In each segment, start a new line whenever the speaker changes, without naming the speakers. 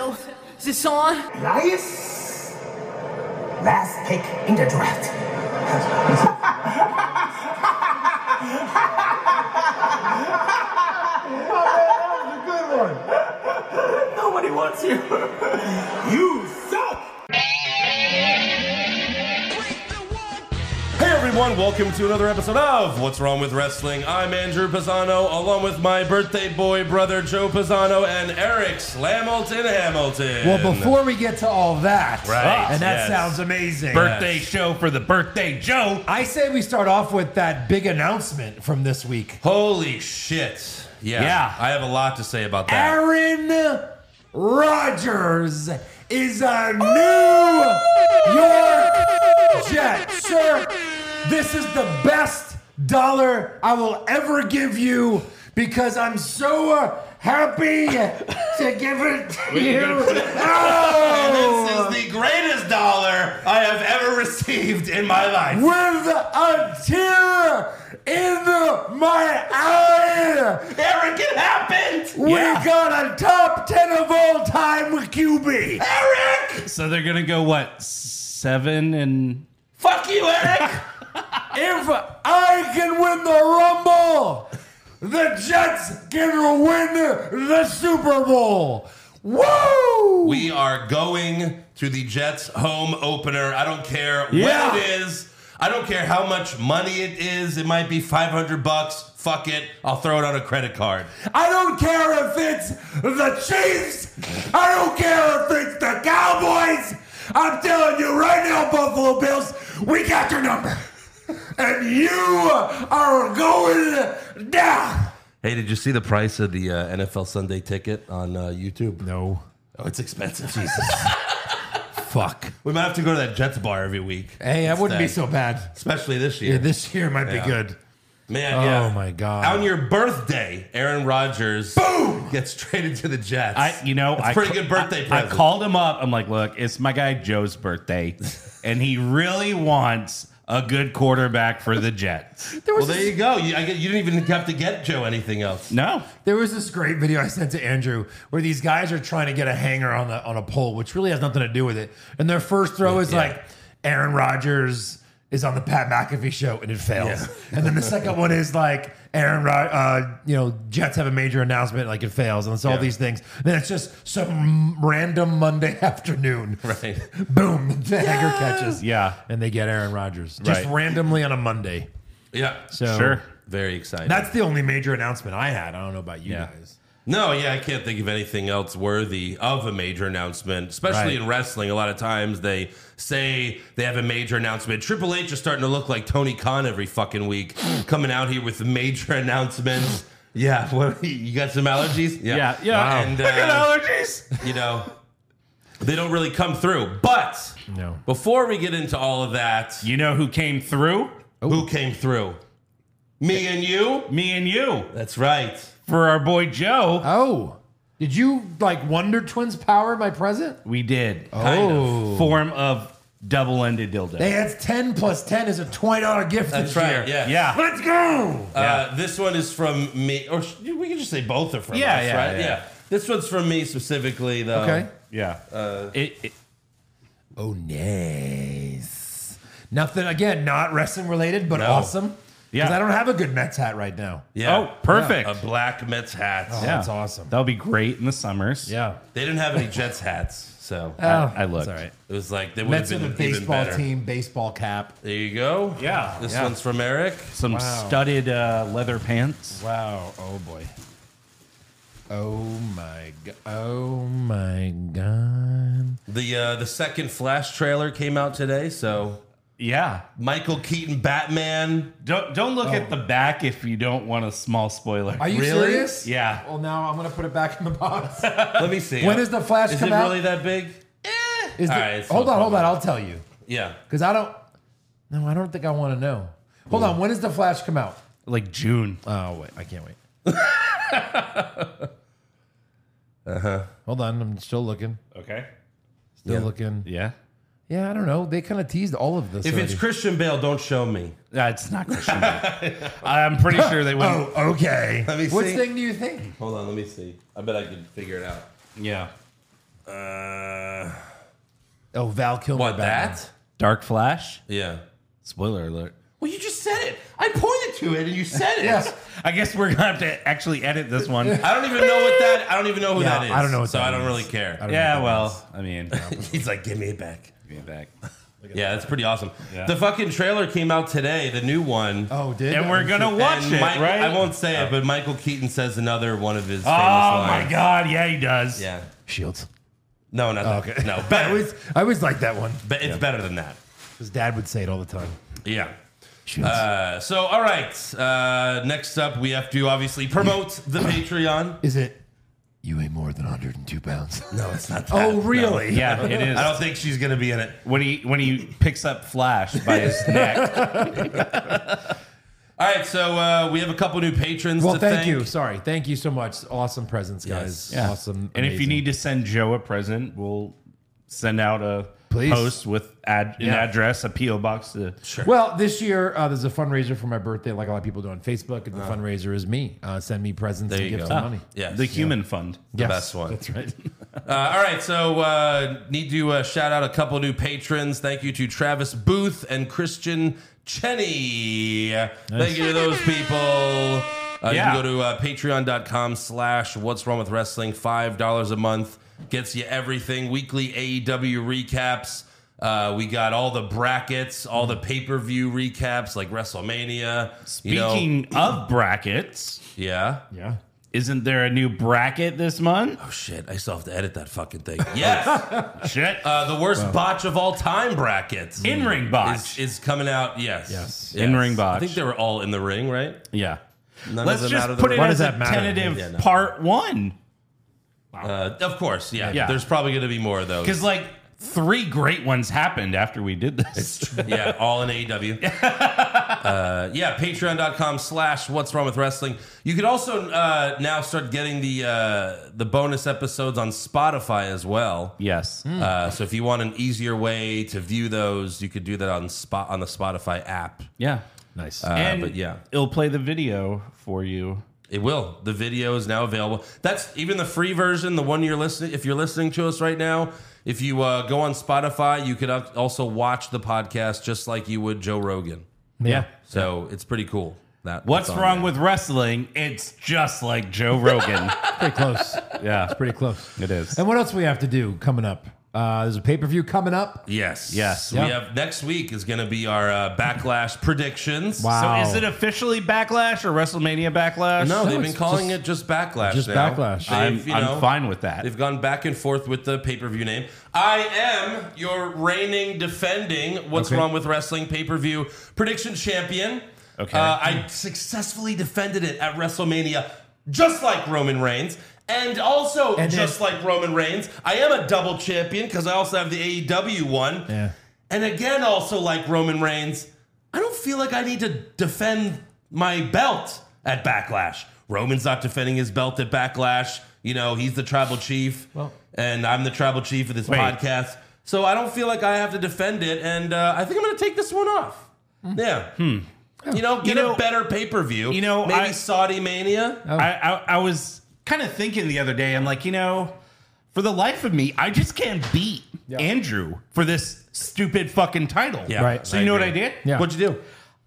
Oh, this on?
Nice. Last pick in the draft.
Nobody wants you. you suck.
Hey everyone, welcome to another episode of What's Wrong with Wrestling. I'm Andrew Pisano, along with my birthday boy brother Joe Pisano and Eric Slamilton Hamilton.
Well,
uh,
before we get to all that,
Right,
and that
yes.
sounds amazing.
birthday
Yes.
show for the birthday Joe.
I say we start off with that big announcement from this week.
Holy shit. Yeah.
Yeah.
I have a lot to say about that.
Aaron Rodgers is a New York Jet. Sir, this is the best dollar I will ever give you because I'm so uh, happy to give it to you. Oh!
This is the greatest dollar I have ever received in my life.
With a tear in my eye.
Eric, it happened!
We got a top 10 of all time QB.
Eric!
So they're gonna go what seven and
Fuck you, Eric!
If I can win the Rumble, the Jets can win the Super Bowl. Woo!
We are going to the Jets home opener. I don't care
Yeah.
when it is. I don't care how much money it is. It might be 500 bucks. Fuck it. I'll throw it on a credit card.
I don't care if it's the Chiefs. I don't care if it's the Cowboys. I'm telling you right now, Buffalo Bills, we got your number. And you are going down.
Hey, did you see the price of the uh, NFL Sunday ticket on uh, YouTube?
No.
Oh, it's expensive. Jesus.
Fuck.
we might have to go to that Jets bar every week.
Hey, that wouldn't be
Instead.
so bad.
Especially this year.
Yeah, this year might
Yeah.
be good.
Man,
Oh
yeah.
my God.
On your birthday, Aaron Rodgers gets traded to the Jets.
I you know
That's
I
a pretty
ca-
good birthday
I,
present.
I called him up. I'm like, look, it's my guy Joe's birthday, and he really wants a good quarterback for the Jets.
There
Well,
was,
there
this,
you go. You, I get, you didn't even have to get Joe anything else.
No.
there was this great video I sent to Andrew where these guys are trying to get a hanger on the on a pole, which really has nothing to do with it. And their first throw is
Yeah.
like Aaron Rodgers is on the Pat McAfee show and it fails. and then the second one is like Aaron Rod, uh, you know, Jets have a major announcement, like it fails, and it's all
Yeah.
these things. And then it's just some random Monday afternoon,
Right.
Boom, the hanger catches,
Yeah.
and they get Aaron Rodgers just
Right.
randomly on a Monday.
Yeah.
So
Sure.
Very exciting.
That's the only major announcement I had. I don't know about you
Yeah.
guys.
no, yeah, I can't think of anything else worthy of a major announcement, especially
Right.
in wrestling. A lot of times they say they have a major announcement. Triple H is starting to look like Tony Khan every fucking week, coming out here with major announcements. Yeah, what, you got some allergies?
Yeah. Yeah. Wow.
And,
Fucking
uh,
allergies.
you know, they don't really come through. But
No.
before we get into all of that,
You know who came through?
who came through? Me and you?
Me and you
That's right.
for our boy Joe.
Oh. Did you like Wonder Twins power my present?
we did
Kind of.
form of double-ended dildo.
Oh. Hey, that's 10 plus 10 is a $20 gift
That's
this
right.
year.
Yeah.
yeah.
Let's go.
Uh, this one is from me, or sh- we can just say both are from
Yeah,
us,
yeah,
right?
yeah.
This one's from me specifically, though.
okay.
Yeah. It- it,
Oh, nice. Nothing, again, not wrestling related, but
No.
awesome. Because
Yeah.
I don't have a good Mets hat right now.
Yeah.
Oh, perfect.
A black Mets hat.
Oh, that's awesome.
That'll be great in the summers.
Yeah.
They didn't have any Jets hats, so
I
It's
looked.
all right.
it was like they would
Oh, Uh, Mets
have
with a
been even
baseball
better.
team, baseball cap.
There you go.
Yeah.
This
Yeah.
one's from Eric.
Some
Wow.
studded uh, leather pants.
Wow. Oh boy. Oh my god. Oh my god.
The uh, the second Flash trailer came out today, so
Yeah.
Michael Keaton Batman.
Don't don't look at the back if you don't want a small spoiler.
Oh. Are you
Really?
serious?
Yeah.
Well, now I'm gonna put it back in the box.
Let me see.
When does the Flash
Is
come
it
out?
really that big?
Is
All
the-
right, it's
hold
no
on, hold on.
problem.
I'll tell you
Yeah.
because I don't. No, I don't think I want to know. Hold on. When does the Flash come out?
like June.
Oh wait, I can't wait. uh huh. Hold on. I'm still looking.
Okay.
Still looking.
Yeah.
Yeah, I don't know. They kind of teased all of this.
If it's
already.
Christian Bale, don't show me.
That's Uh, not Christian. Bale. I'm pretty sure they wouldn't.
oh, okay.
Let me
Which
see.
thing do you think?
Hold on, let me see. I bet I can figure it out.
Yeah.
Uh,
Oh, Val Kilmer.
what
Batman.
that?
Dark Flash.
Yeah.
Spoiler alert.
Well, you just said it. I pointed to it, and you said it.
Yes.
I guess we're gonna have to actually edit this one.
I don't even know what that. I don't even know who
Yeah,
that is.
I don't know what
so
that
I don't
is.
really care.
yeah, well, I mean,
He's like, give me it back.
give me back.
Yeah, that's pretty awesome.
Yeah.
The fucking trailer came out today, the new one.
Oh, did
and we're gonna watch
And
it,
Mike-
right?
I won't say it, but Michael Keaton says another one of his.
Oh
famous lines.
my god, yeah, he does.
Yeah.
Shields.
No, not Oh, that.
Okay.
No,
I
better.
always, I always like that one.
Be- it's better than that.
His dad would say it all the time.
Yeah.
Shields.
Uh, so, all right. Uh, next up, we have to obviously promote the Patreon.
Is it? You weigh more than 102 pounds.
No, it's not. That.
oh, really?
Yeah, it is.
I don't think she's gonna be in it.
when he when he picks up Flash by his neck.
All right, so uh, we have a couple new patrons.
Well,
to
thank, you. Sorry. Thank you so much. Awesome presents, guys.
Yeah.
Awesome.
And if you
amazing.
need to send Joe a present, we'll send out a
Please.
post with ad, an
Yeah.
address, a PO box. To, sure.
Well, this year uh, there's a fundraiser for my birthday, like a lot of people do on Facebook. And the fundraiser is me. Uh, send me presents
There
and
you
gifts
go.
and money.
Yes.
The Human Fund.
The
best one.
That's right.
Uh, all right, so uh, need to uh, shout out a couple new patrons. Thank you to Travis Booth and Christian Chenny. Thank you to those people. Uh, You
Yeah.
can go to uh, patreon.com slash what's wrong with wrestling. $5 a month gets you everything. Weekly AEW recaps. Uh, we got all the brackets, all the pay-per-view recaps like WrestleMania. you know-
Speaking of brackets,
yeah.
Yeah.
isn't there a new bracket this month?
Oh, shit. I still have to edit that fucking thing. Yes.
Shit.
Uh, the worst botch of all time brackets.
in ring
is,
box.
is coming out. Yes.
Yes.
In-ring
I
botch.
think they were all in the ring, right?
yeah.
None
Let's
of them out
just
of the
put it
ring.
Why does
as a
that matter?
tentative
Yeah, no.
part one.
Uh, of course, yeah.
Yeah.
There's probably going to be more of those.
Because like three great ones happened after we did this.
yeah, all in AEW. uh, yeah, patreon.com slash what's wrong with wrestling. You could also uh, now start getting the uh, the bonus episodes on Spotify as well.
yes.
Uh, so if you want an easier way to view those, you could do that on spot on the Spotify app.
Yeah.
Nice.
and
but yeah.
it'll play the video for you.
It will. The video is now available. That's even the free version, the one you're listening. If you're listening to us right now, if you uh, go on Spotify, you could al- also watch the podcast just like you would Joe Rogan.
yeah.
So it's pretty cool. That
What's
that's on
wrong
there.
with wrestling? It's just like Joe Rogan.
Pretty close.
yeah,
Pretty close.
it is.
And what else we have to do coming up? Uh, there's a pay per view coming up.
Yes,
Yes.
We
Yeah.
have next week is going to be our uh, backlash predictions.
So
Wow.
is it officially Backlash or WrestleMania Backlash?
No,
No, they've been
it's
calling
just-
it just backlash.
just
now.
Backlash.
I'm,
They've, you know,
I'm fine with that.
They've gone back and forth with the pay per view name. I am your reigning, defending What's
Okay.
Wrong with Wrestling pay per view prediction champion.
Okay.
Uh, I successfully defended it at WrestleMania, just like Roman Reigns. And also,
And then-
just like Roman Reigns, I am a double champion because I also have the AEW one.
Yeah.
And again, also like Roman Reigns, I don't feel like I need to defend my belt at Backlash. Roman's not defending his belt at Backlash. You know, he's the tribal chief,
Well-
and I'm the tribal chief of this
Wait.
podcast. So I don't feel like I have to defend it, and uh, I think I'm going to take this one off. Yeah. You know, get
Hmm. know-
a better pay per view.
you know,
maybe
I-
Saudi Mania.
Oh.
I, I, I was kind of thinking the other day, I'm like, you know, for the life of me, I just can't beat Andrew for this stupid fucking title.
Yeah,
Right.
So you know what I did?
Yeah.
What'd you do?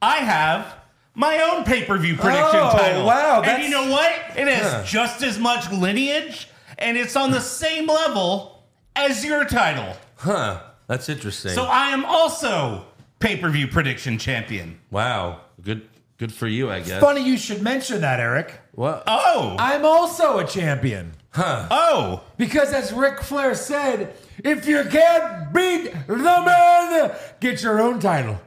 I have my own pay per view prediction
Oh,
title.
wow,
And
that's-
you know what? It has
Huh.
just as much lineage, and it's on the same level as your title.
Huh. That's interesting.
So I am also pay per view prediction champion.
wow. Good. Good for you, I guess.
Funny you should mention that, Eric.
What?
Oh,
I'm also a champion.
oh,
Because as Ric Flair said, if you can't beat the man, get your own title.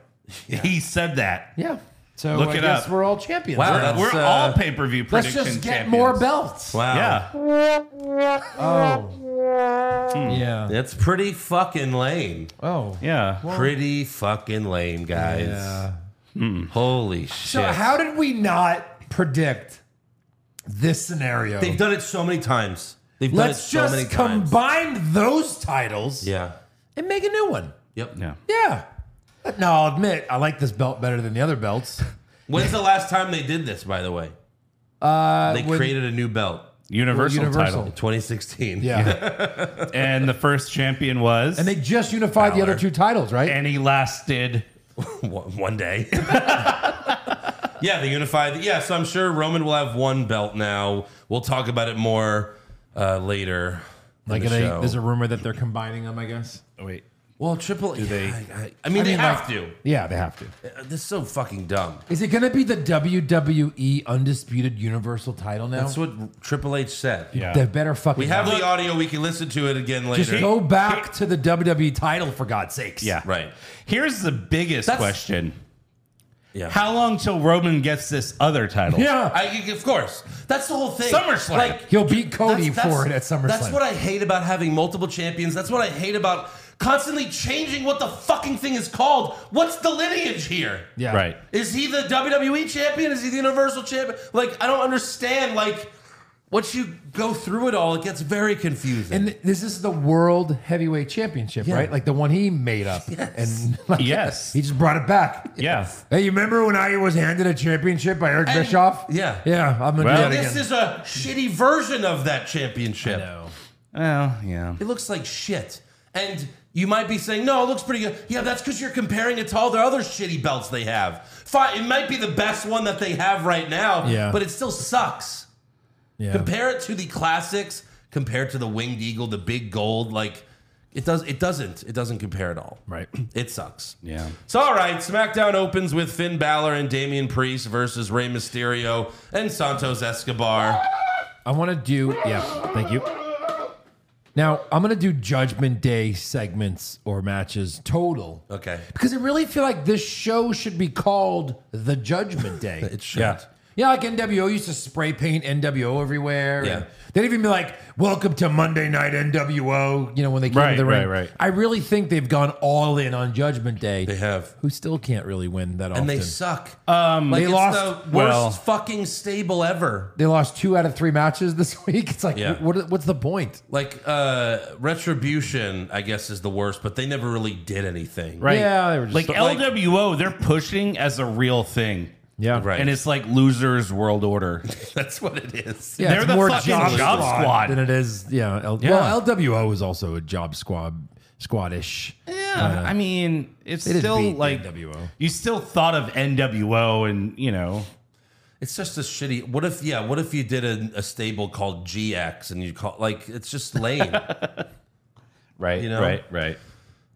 he said that.
Yeah. So
Look
I
it
guess
up.
we're all champions.
Wow,
We're-
that's-
We're
uh,
all pay per view
Let's
prediction
just get
champions.
more belts.
wow.
Yeah.
Oh. Yeah.
That's pretty fucking lame.
Oh.
Yeah.
Pretty fucking lame, guys.
Yeah.
Holy shit.
So how did we not predict this scenario?
They've done it so many times. They've done
Let's
it so many
just
times.
combine those titles
yeah.
and make a new one.
Yep.
Yeah.
Yeah. But No, I'll admit, I like this belt better than the other belts.
When's the last time they did this, by the way?
Uh,
They
when-
created a new belt.
Universal,
Universal.
title.
2016.
Yeah.
And the first champion was.
and they just unified the other
Balor.
two titles, right?
and he lasted.
one one day. yeah, they unified. Yeah, so I'm sure Roman will have one belt now. We'll talk about it more uh, later. in
like,
the
they,
show.
there's a rumor that they're combining them, I guess.
Oh, wait.
well, triple. Do
they-
I, I- I mean, they
mean,
have
like-
to.
Yeah, they have to.
Uh, This is so fucking dumb.
Is it going to be the WWE Undisputed Universal title now?
That's what Triple H said.
Yeah.
They better fucking.
We have
not.
the audio. We can listen to it again later.
Just go back to the WWE title, for God's sakes.
Yeah.
Right.
Here's the biggest
That's-
question
Yeah.
How long till Roman gets this other title?
Yeah.
I, of course. That's the whole thing.
SummerSlam.
He'll beat Cody
That's- that's-
for it at SummerSlam.
That's what I hate about having multiple champions. That's what I hate about constantly changing what the fucking thing is called. What's the lineage here?
Yeah.
Right.
Is he the WWE champion? Is he the Universal champion? Like, I don't understand. Like, once you go through it all, it gets very confusing.
And this is the World Heavyweight Championship, right? Like the one he made up. And like,
Yes.
he just brought it back.
Yeah.
Hey, you remember when I was handed a championship by Eric
And-
Bischoff?
yeah.
Yeah, I'm going to
Well-
do that
this
again.
is a shitty version of that championship.
Well, yeah.
It looks like shit. And you might be saying, no, it looks pretty good. Yeah, that's because you're comparing it to all their other shitty belts they have. Fine, it might be the best one that they have right now,
Yeah.
but it still sucks.
yeah.
Compare it to the classics, compared to the winged eagle, the big gold, like it does it doesn't. It doesn't compare at all.
Right.
It sucks.
Yeah.
So all right, SmackDown opens with Finn Balor and Damian Priest versus Rey Mysterio and Santos Escobar.
I want to do, yeah, thank you. Now, I'm going to do Judgment Day segments or matches total.
Okay.
Because I really feel like this show should be called The Judgment Day.
It should.
Yeah, like NWO used to spray paint NWO everywhere.
Yeah.
and They'd even be like, welcome to Monday Night NWO, you know, when they came
Right,
to the ring.
right, right.
I really think they've gone all in on Judgment Day.
They have.
Who still can't really win that often. Uh,
And they suck.
Um,
Like
Mm. They
it's
lost-
the worst
well-
fucking stable ever.
They lost two out of three matches this week. It's like,
Yeah.
what, what's the point?
Like uh Retribution, I guess, is the worst, but they never really did anything.
right.
Yeah, they were just-
like
But,
like-
LWO, they're pushing as a real thing.
Yeah.
Right.
And it's like losers world order.
That's what it is.
Yeah,
They're
it's
the
more
fucking
job,
job
squad,
squad.
than it is. Yeah, L-
Yeah.
Well, LWO is also a job squad, squadish.
Yeah, Uh, I mean, it's
didn't
still
beat the
like
NWO.
you still thought of NWO, and you know,
It's just a shitty. What if, yeah, what if you did a, a stable called GX and you call, like, it's just lame.
right,
know?
right.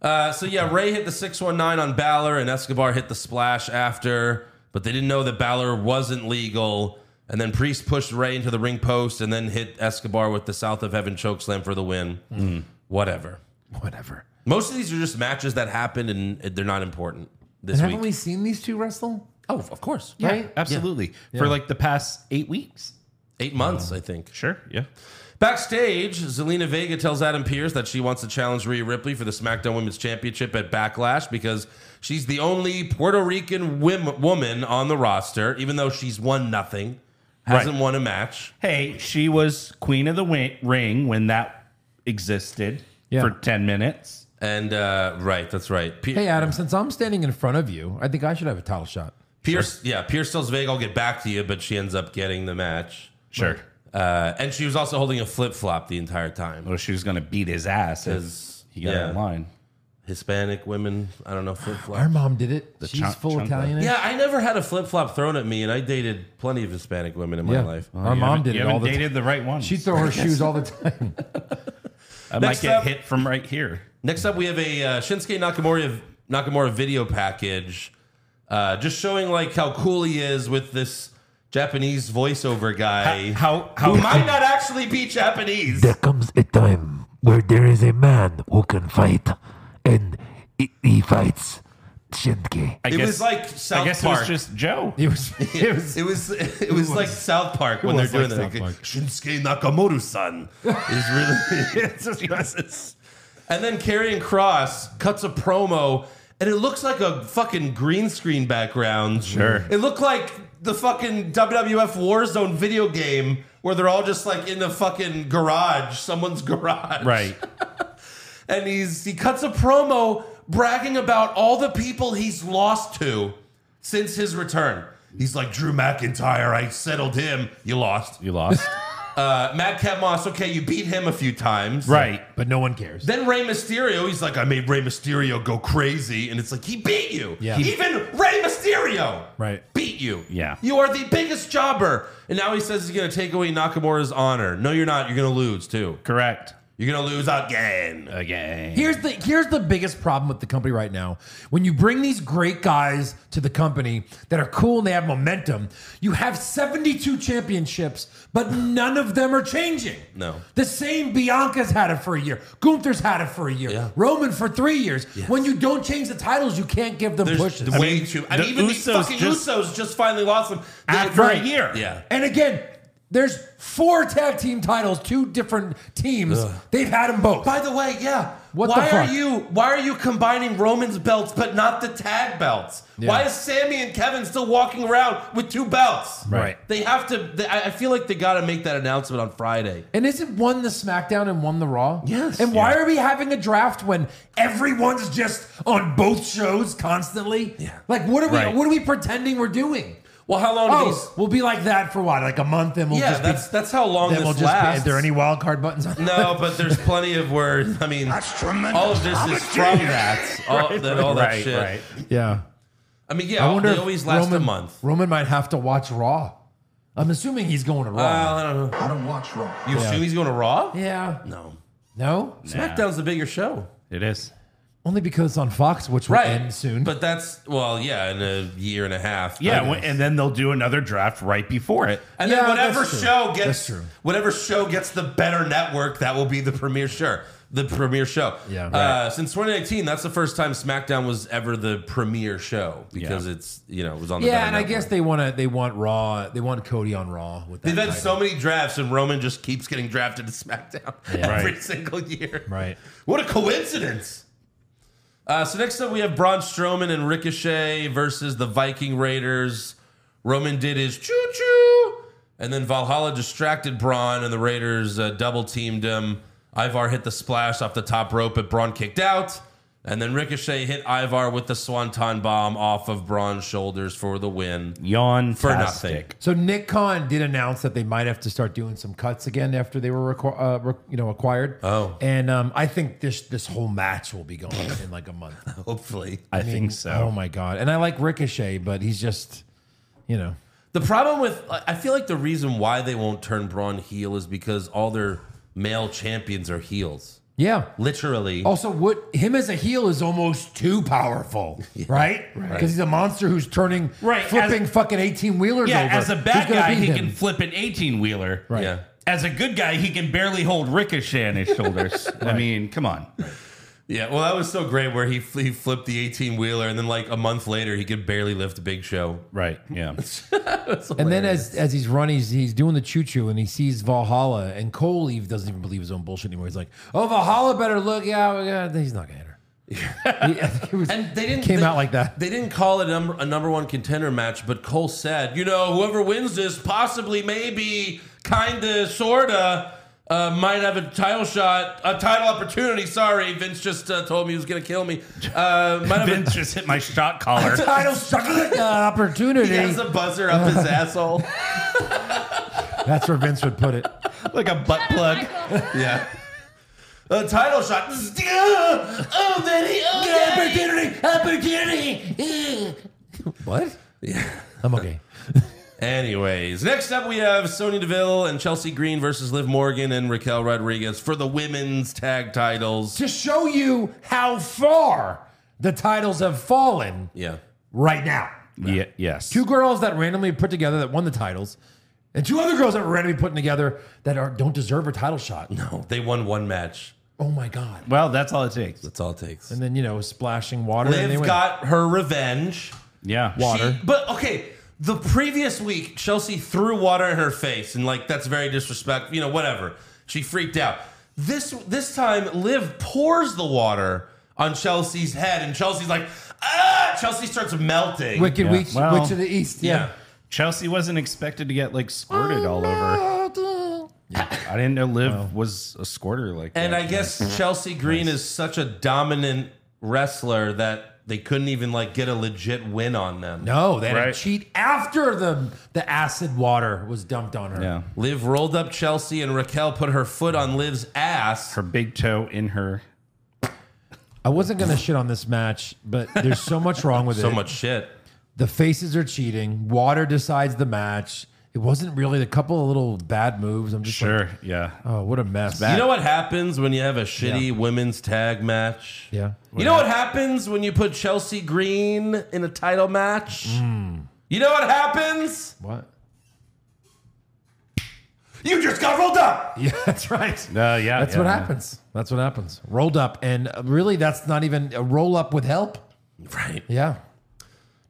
Uh, so yeah, Ray hit the 619 on Balor and Escobar hit the splash after, but they didn't know that Balor wasn't legal. And then Priest pushed Ray into the ring post and then hit Escobar with the South of Heaven chokeslam for the win.
Mm.
Whatever.
Whatever.
Most of these are just matches that happened and they're not important this
Haven't
week.
we seen these two wrestle?
oh, of course.
Yeah,
Right?
absolutely. For like the past eight weeks.
Eight
Oh.
months, I think.
Sure. Yeah.
Backstage, Zelina Vega tells Adam Pierce that she wants to challenge Rhea Ripley for the SmackDown Women's Championship at Backlash because she's the only Puerto Rican wim- woman on the roster, even though she's won nothing, hasn't
Right.
won a match.
Hey, she was queen of the wi- ring when that existed
Yeah.
for ten minutes.
And uh, right, that's right. P-
Hey, Adam, since I'm standing in front of you, I think I should have a title shot.
Pierce, yeah, Pierce tells Vega, "I'll get back to you," but she ends up getting the match.
Sure.
Uh, and she was also holding a flip flop the entire time.
Well, she was gonna beat his ass as
As-
he got
yeah.
in line.
Hispanic women, I don't know flip
Our
flop.
mom did it. She's
chunk-
full
chunk
Italian.
Yeah, I never had a flip flop thrown at me, and I dated plenty of Hispanic women in my
Yeah. Uh-huh.
life. Oh,
Our mom did
you
it all
haven't
the time.
dated the right one.
She'd throw her shoes all the time.
I
Next
might get
up-
hit from right here.
Next up, we have a uh, Shinsuke Nakamura Nakamura video package, uh, just showing like how cool he is with this Japanese voiceover guy
How
who
how
might not actually be Japanese.
there comes a time where there is a man who can fight, and he, he fights Shinsuke.
I
It
guess,
was like South
I guess
Park.
it was just Joe.
It was. It was.
it was it was like South Park when they're
was
doing
like
that.
South Park.
Shinsuke Nakamura-san is really. and then Karrion Cross cuts a promo, and it looks like a fucking green screen background.
Sure.
it looked like the fucking WWF Warzone video game where they're all just like in the fucking garage, someone's garage,
Right.
and he's he cuts a promo bragging about all the people he's lost to since his return. He's like Drew McIntyre. I settled him. You lost.
You lost.
Uh, Matt Cat Moss, okay, you beat him a few times.
Right.
But no one cares.
Then Rey Mysterio, he's like, I made Rey Mysterio go crazy. And it's like, he beat you.
Yeah.
Even Rey Mysterio
Right.
beat you.
Yeah.
You are the biggest jobber. And now he says he's going to take away Nakamura's honor. No, you're not. You're going to lose, too.
Correct.
You're going to lose again.
Again.
Here's the here's the biggest problem with the company right now. When you bring these great guys to the company that are cool and they have momentum, you have 72 championships, but none of them are changing.
No.
The same Bianca's had it for a year. Gunther's had it for a year.
Yeah.
Roman for three years. When you don't change the titles, you can't give them
There's
pushes.
way
mean,
too. I
the
mean, even the
Usos
fucking
just-
Usos just finally lost them They-
After a year.
Yeah.
And again, there's four tag team titles, two different teams. They've had them both.
By the way, yeah.
What
why
the
are
fuck?
you why are you combining Roman's belts but not the tag belts? Why is Sammy and Kevin still walking around with two belts?
Right.
They have to they, I I feel like they got to make that announcement on Friday.
And isn't one the SmackDown and one the Raw?
Yes.
And why are we having a draft when everyone's just on both shows constantly? Yeah. Like what are we
Right.
what are we pretending we're doing?
Well, how long do these
Oh, we'll be like that for what? Like a month and we'll
Yeah,
just
that's
be,
that's how long
then
this
we'll just be,
lasts.
is there any wild card buttons on
no, but there's plenty of where I mean all of this is from that. All, that all that
right,
shit.
right.
Yeah.
I mean, yeah,
I wonder
they
if
always last
Roman,
a month.
Roman might have to watch Raw. I'm assuming he's going to Raw.
Well, I don't know.
I don't watch Raw.
You assume he's going to Raw?
yeah.
No.
No?
SmackDown's the bigger show.
It is.
Only because it's on Fox, which will end soon.
But that's well, yeah, in a year and a half.
Yeah,
But-
when- and then they'll do another draft right before it.
and
Yeah,
then whatever
that's true.
show
That's
gets
true.
whatever show gets the better network, that will be the premier show. The premier show.
Yeah, right.
Uh, since 2019, that's the first time SmackDown was ever the premier show because
Yeah.
it's you know it was on. the
yeah,
better
and I
network.
guess they want to. They want Raw. They want Cody on Raw. With that
They've had
title.
so many drafts, and Roman just keeps getting drafted to SmackDown every
Right.
single year.
Right.
What a coincidence. Uh, so next up, we have Braun Strowman and Ricochet versus the Viking Raiders. Roman did his choo choo, and then Valhalla distracted Braun, and the Raiders uh, double teamed him. Ivar hit the splash off the top rope, but Braun kicked out. And then Ricochet hit Ivar with the Swanton bomb off of Braun's shoulders for the win.
Yawn
For nothing.
So Nick Khan did announce that they might have to start doing some cuts again after they were requ- uh, re- you know acquired.
Oh.
and um, I think this this whole match will be gone in like a month.
Hopefully.
I, think
Oh
so.
my god! And I like Ricochet, but he's just, you know,
The problem with I I feel like the reason why they won't turn Braun heel is because all their male champions are heels.
yeah.
Literally.
Also, what him as a heel is almost too powerful, right? Because he's a monster who's turning,
Right, as-
flipping fucking eighteen wheelers.
Yeah,
over.
as a
Who's
bad
gonna
guy,
beat
he
him?
can flip an 18 wheeler.
Right.
Yeah.
As a good guy, he can barely hold Ricochet on his shoulders. I mean, come on.
Yeah. Well, that was so great where he, fl- he flipped the 18 wheeler and then like a month later he could barely lift Big Show.
Right. Yeah.
And then as as he's running, he's, he's doing the choo choo, and he sees Valhalla, and Cole Eve doesn't even believe his own bullshit anymore. He's like, "Oh, Valhalla, better look out! Yeah, he's not gonna hit her." He- I think it was-
And they didn't
came
they-
out like that.
They didn't call it a number, a number one contender match, but Cole said, you know, whoever wins this, possibly, maybe, kinda, sorta, uh, might have a title shot, a title opportunity. Sorry, Vince just uh, told me he was gonna kill me. Uh, might have a
Vince just hit my shot collar.
Title sucker uh, opportunity.
He has a buzzer up his asshole.
That's where Vince would put it.
like a butt plug.
Yeah. A title shot. Oh, Daddy. Oh, Daddy.
opportunity, opportunity. what? Yeah, I'm okay.
Anyways, next up we have Sonya Deville and Chelsea Green versus Liv Morgan and Raquel Rodriguez for the women's tag titles.
To show you how far the titles have fallen
Yeah.
right now.
Yeah. Yes.
two girls that randomly put together that won the titles, and two other girls that were randomly putting together that are don't deserve a title shot.
Oh, they won one match.
Oh my god!
Well, that's all it takes.
That's all it takes.
And then you know splashing water. and they
Liv
win.
got her revenge.
Yeah.
She- but okay, the previous week, Chelsea threw water in her face, and like that's very disrespectful. You know, whatever. She freaked out. This this time, Liv pours the water on Chelsea's head, and Chelsea's like, ah! Chelsea starts melting.
Wicked
Yeah,
Witch,
well-
Witch of the East.
yeah.
Yeah.
Chelsea wasn't expected to get like squirted
Oh,
all over. I didn't know Liv was a squirter like
And
that.
I guess Chelsea Green is such a dominant wrestler that they couldn't even like get a legit win on them.
No, they had to
Right.
cheat after the the acid water was dumped on her.
Yeah.
Liv rolled up Chelsea and Raquel put her foot on Liv's ass.
Her big toe in her.
I wasn't gonna shit on this match, but there's so much wrong with
so
it.
much shit.
The faces are cheating. Water decides the match. It wasn't really a couple of little bad moves. I'm just like,
Sure. Yeah.
oh, what a mess.
You know what happens when you have a shitty women's tag match?
Yeah.
You know what happens when you put Chelsea Green in a title match?
Hmm.
You know what happens?
What?
You just got rolled up.
Yeah, that's right.
Uh, yeah.
That's
yeah,
what
yeah.
happens. That's what happens. Rolled up, and uh, really, that's not even a roll up with help.
Right.
Yeah.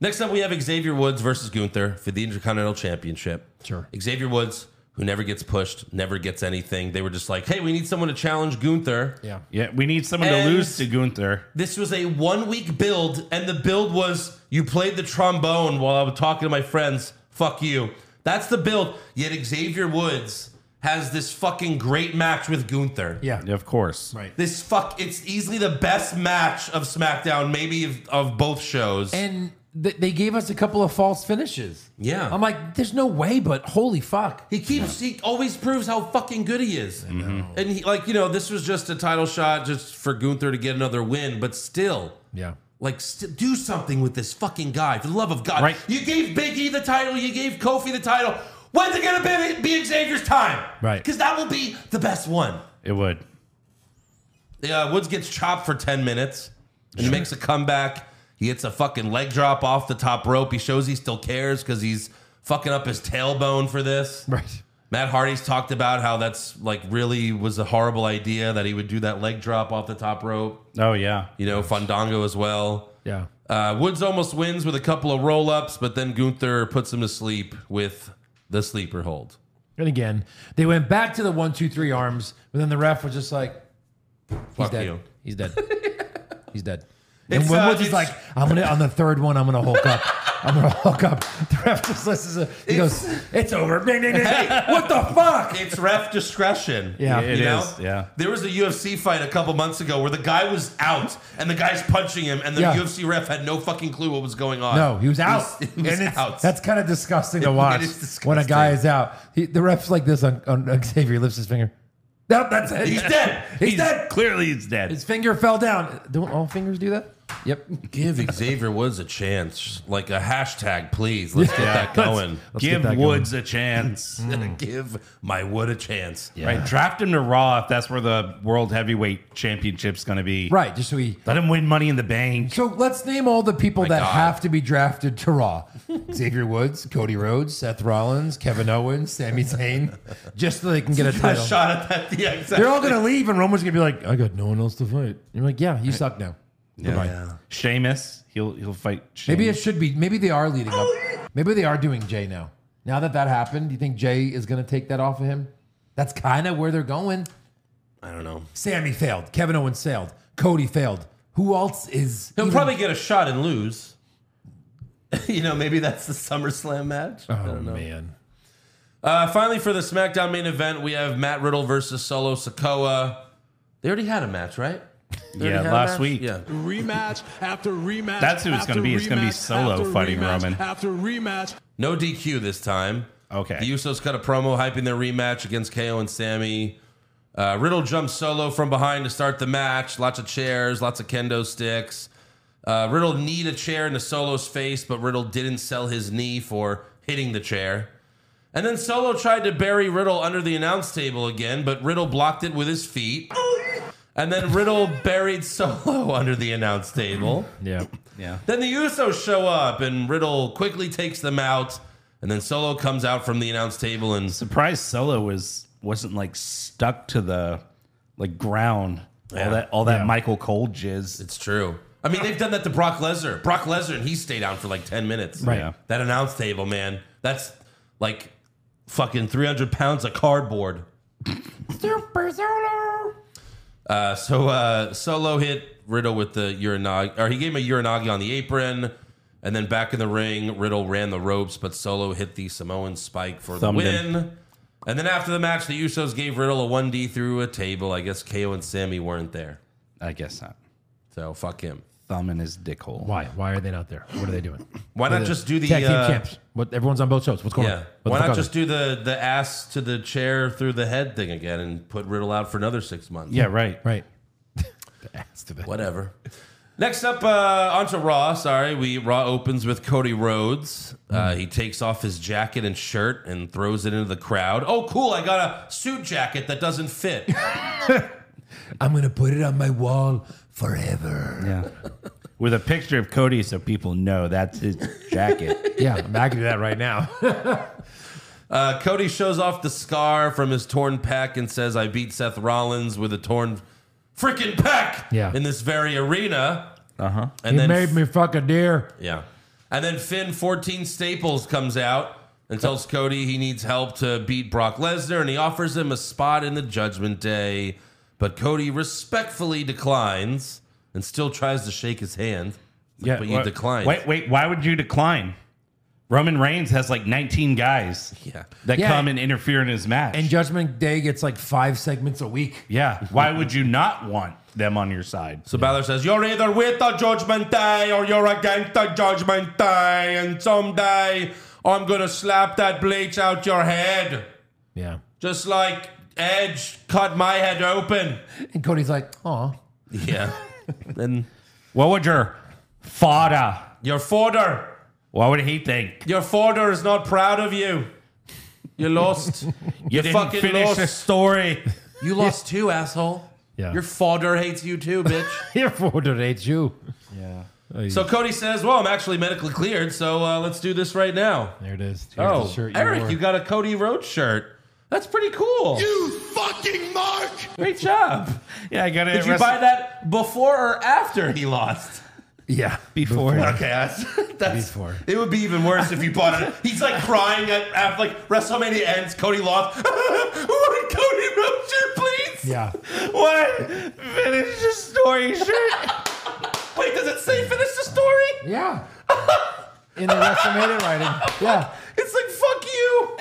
Next up, we have Xavier Woods versus Gunther for the Intercontinental Championship.
Sure.
Xavier Woods, who never gets pushed, never gets anything. They were just like, hey, we need someone to challenge Gunther.
Yeah.
Yeah. We need someone to
And-
lose to Gunther.
This was a one week build, and the build was you played the trombone while I was talking to my friends. Fuck you. That's the build. Yet Xavier Woods has this fucking great match with Gunther.
Yeah.
Of course.
Right.
This fuck, it's easily the best match of SmackDown, maybe of, of both shows.
And th- they gave us a couple of false finishes.
Yeah.
I'm like, there's no way, but holy fuck.
He keeps he always proves how fucking good he is. And he like, you know, this was just a title shot just for Gunther to get another win, but still.
Yeah.
Like st- do something with this fucking guy. For the love of God.
Right.
You gave Big E the title, you gave Kofi the title. When's it gonna be, be Xavier's time?
Right.
Because that will be the best one.
It would.
Yeah, Woods gets chopped for 10 minutes and he makes a comeback. He hits a fucking leg drop off the top rope. He shows he still cares because he's fucking up his tailbone for this.
Right.
Matt Hardy's talked about how that's like really was a horrible idea that he would do that leg drop off the top rope.
Oh yeah.
You know, Fandango as well.
Yeah.
Uh, Woods almost wins with a couple of roll ups, but then Gunther puts him to sleep with the sleeper hold.
And again, they went back to the one, two, three arms, but then the ref was just like, he's
Fuck
dead.
you.
He's dead. he's dead.
It's,
and when
uh,
Woods is
it's-
like, I'm gonna on the third one, I'm gonna hulk up. I'm gonna hulk up. The ref just listens. To, he goes, "It's over." Ding, ding, ding, ding. what the fuck?
It's ref discretion.
Yeah.
It
You know?
is, yeah.
There was a UFC fight a couple months ago where the guy was out and the guy's punching him and the
Yeah.
UFC ref had no fucking clue what was going on.
No, he was out.
He was, he was
and it's,
out.
That's kind of disgusting to watch
is disgusting.
when a guy is out. He, the ref's like this on, on, on Xavier, lifts his finger. Nope, that's it.
He's dead.
He's,
He's-
dead.
Clearly, he's dead.
His finger fell down. Don't all fingers do that? Yep.
Give Xavier Woods a chance. Like a hashtag, please. Let's get that going.
Let's get
Give
that
Woods a chance.
Give my Wood a chance.
Right. Draft him to Raw if that's where the World Heavyweight Championship's going to be.
Right. Just so he.
Let him win Money in the Bank.
So let's name all the people that
God.
have to be drafted to Raw: Xavier Woods, Cody Rhodes, Seth Rollins, Kevin Owens, Sami Zayn, just so they can get a
A
title.
shot at that. Yeah, exactly.
They're all gonna leave, and Roman's gonna be like, "I got no one else to fight." You're like, "Yeah, you suck now." Goodbye.
Sheamus, he'll he'll fight. Sheamus.
Maybe it should be. Maybe they are leading up. Maybe they are doing Jay now. Now that that happened, do you think Jay is going to take that off of him? That's kind of where they're going.
I don't know.
Sammy failed. Kevin Owens failed. Cody failed. Who else is?
He'll
even-
probably get a shot and lose. you know, maybe that's the SummerSlam match. I
Oh
don't know.
man.
Uh, finally, for the SmackDown main event, we have Matt Riddle versus Solo Sokoa. They already had a match, right? They already
Yeah,
had a
last
match?
week.
Yeah.
rematch after rematch.
That's who it's
after
gonna be. It's gonna be
rematch
Solo
after
fighting
rematch
Roman.
After rematch.
No DQ this time.
Okay.
The Usos cut a promo hyping their rematch against KO and Sammy. Uh, Riddle jumps solo from behind to start the match. Lots of chairs, lots of kendo sticks. Uh, Riddle kneed a chair into Solo's face, but Riddle didn't sell his knee for hitting the chair. And then Solo tried to bury Riddle under the announce table again, but Riddle blocked it with his feet. And then Riddle buried Solo under the announce table.
Yeah.
Then the Usos show up, and Riddle quickly takes them out. And then Solo comes out from the announce table, and
Surprised Solo was wasn't like stuck to the like ground. All that all that Michael Cole jizz.
it's true. I mean, they've done that to Brock Lesnar. Brock Lesnar, and he stayed down for like ten minutes.
Right. Yeah.
That announce table, man. That's like fucking three hundred pounds of cardboard.
Super Solo.
Uh, so uh, Solo hit Riddle with the uranagi, or he gave him a uranagi on the apron, and then back in the ring, Riddle ran the ropes, but Solo hit the Samoan spike for
Thumbed
the win.
him.
And then after the match, the Usos gave Riddle a 1D through a table. I guess KO and Sammy weren't there,
I guess not.
so fuck him.
thumb in his dick hole.
Why? Why are they not there? What are they doing?
Why not just do the
Tag team
uh,
champs. What? Everyone's on both shows. What's going on?
Yeah.
What the
Why
fuck
not
are
just
they-
do the the ass to the chair through the head thing again and put Riddle out for another six months?
Yeah, right.
right? the ass to the
Whatever. Next up, uh, onto Raw. Sorry, we Raw opens with Cody Rhodes. Uh,
Hmm.
he takes off his jacket and shirt and throws it into the crowd. Oh, cool! I got a suit jacket that doesn't fit.
I'm gonna put it on my wall forever.
Yeah. With a picture of Cody so people know that's his jacket.
Yeah, I'm back to that right now.
Uh, Cody shows off the scar from his torn pec and says, "I beat Seth Rollins with a torn freaking pec
Yeah.
in this very arena."
Uh huh.
And
you
then
made me fuck a deer.
Yeah. And then Finn 14 Staples comes out and tells Cody he needs help to beat Brock Lesnar and he offers him a spot in the Judgment Day, but Cody respectfully declines and still tries to shake his hand. but you
wha-
declined.
Wait, wait. Why would you decline? Roman Reigns has like 19 guys
Yeah.
that
Yeah.
come and interfere in his match.
And Judgment Day gets like five segments a week.
yeah. Why would you not want them on your side?
So Balor says, You're either with the Judgment Day or you're against the Judgment Day, and someday I'm going to slap that bleach out your head.
Yeah.
Just like Edge cut my head open.
And Cody's like, oh,
Yeah. then
What would your father?
your fodder.
What would he think?
Your father is not proud of you. You lost.
You didn't
fucking
finish
lost.
the story.
you lost too, asshole.
Yeah.
Your father hates you too, bitch.
therefore it ain't you.
so Cody says, "Well, I'm actually medically cleared, so uh, let's do this right now."
There it is. Here's
Oh,
the shirt
Eric,
wore.
you got a Cody Rhodes shirt. That's pretty cool.
You fucking mark!
Great job.
Yeah, I got it.
Did you buy that before or after he lost?
yeah.
before?
Okay, that's, that's
Before.
it would be even worse if you bought it. He's like crying at, after like WrestleMania ends. Cody lost. what a Cody Rhodes shirt, please.
Yeah.
What? Finish the story shirt.
Wait, does it say finish the story?
Yeah. In the WrestleMania writing. Yeah.
It's like fuck you.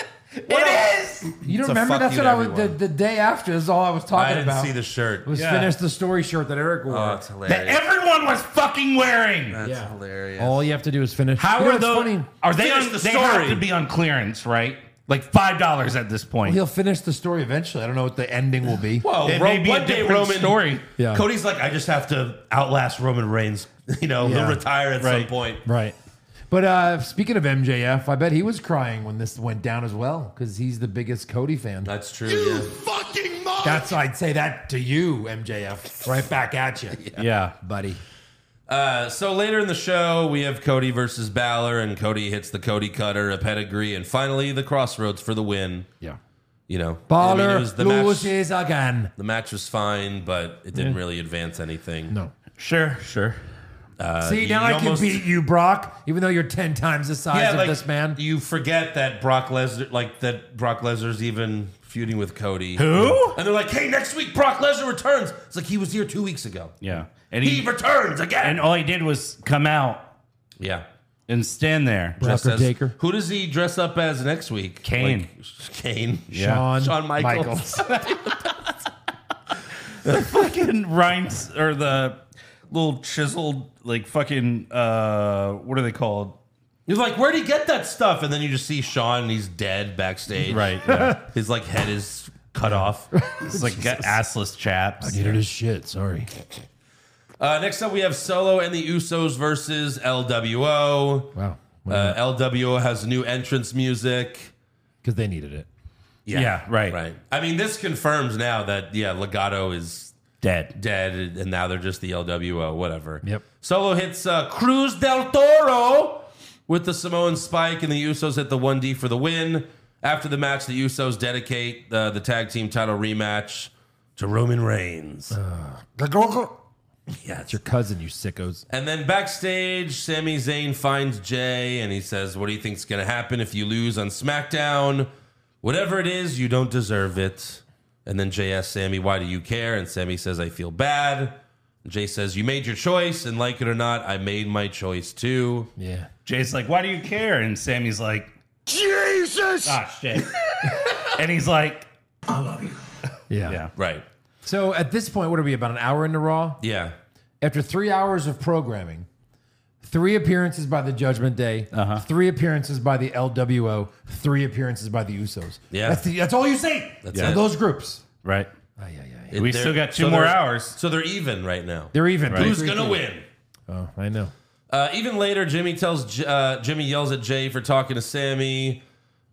it is.
You don't
a
remember?
fuck
That's
you
what
to
I was, the,
everyone.
the day after is all I was
I
talking
didn't
about.
see the shirt.
was
Yeah.
finish the story shirt that Eric wore.
oh, it's
That
hilarious.
everyone was fucking wearing.
That's
Yeah.
hilarious.
all you have to do is finish.
How
You know
are
what's
those?
funny?
Are they?
Finish
On,
the
they have
story.
to be on clearance, right? Like five dollars at this point.
He'll finish the story eventually. I don't know what the ending will be.
Whoa, Ro-
It may be a
one day
different
Roman
story.
Yeah.
Cody's like, I just have to outlast Roman Reigns. You know,
Yeah.
he'll retire at some point.
Right. But uh, speaking of MJF, I bet he was crying when this went down as well because he's the biggest Cody fan.
That's true.
You
Yeah.
fucking mark!
That's I'd say that to you, MJF, right back at you,
yeah.
buddy.
Uh, so later in the show, we have Cody versus Balor, and Cody hits the Cody Cutter, a pedigree, and finally the Crossroads for the win.
Yeah,
You know, I mean,
Baller
it was the match.
loses again.
The match was fine, but it didn't really advance anything.
No.
Sure. Sure.
See,
Uh, you
now I
almost-
can beat you, Brock, even though you're ten times the size of this man.
You forget that Brock Lesnar, like that Brock Lesnar's even feuding with Cody.
Who?
And they're like, hey, next week Brock Lesnar returns. It's like he was here two weeks ago.
Yeah. And
He
he
returns again.
and all he did was come out
yeah.
and stand there.
Brock
Just
or
as-
Taker?
Who does he dress up as next week?
Kane.
Like, Kane.
Yeah.
Shawn,
Shawn Michaels.
fucking rhinds or the little chiseled like fucking uh what are they called?
You're like, where'd he get that stuff? And then you just see Sean and he's dead backstage.
Yeah.
His like head is cut off.
it's like got assless chaps.
Needed his shit. Sorry.
Uh, next up, we have Solo and the Usos versus LWO.
Wow.
Uh, LWO has new entrance music.
Because they needed it.
Yeah. right.
Right. I mean, this confirms now that, yeah, Legato is
Dead.
dead and now they're just the LWO, whatever.
Yep.
Solo hits uh, Cruz del Toro with the Samoan spike and the Usos hit the 1D for the win. After the match, the Usos dedicate uh, the tag team title rematch to Roman Reigns.
Yeah, it's your cousin, you sickos.
And then backstage, Sami Zayn finds Jay and he says, What do you think's going to happen if you lose on SmackDown? Whatever it is, you don't deserve it. And then Jay asks Sammy, Why do you care? And Sammy says, I feel bad. Jay says, You made your choice. And like it or not, I made my choice too.
Yeah.
Jay's like, why do you care? And Sammy's like, Jesus! Ah, shit. and he's like,
Yeah.
yeah.
Right.
So at this point, what are we about an hour into Raw?
Yeah.
after three hours of programming, three appearances by the Judgment Day,
Uh-huh.
three appearances by the LWO, three appearances by the Usos.
Yeah.
that's, the, that's all you say. That's
it.
Those groups.
Right.
Oh, yeah, yeah, yeah.
We
They're-
still got two
so
more
they're-
hours.
So they're even right now.
They're even.
Who's gonna win?
Oh, I know.
Uh, even later, Jimmy tells J- uh, Jimmy yells at Jay for talking to Sammy.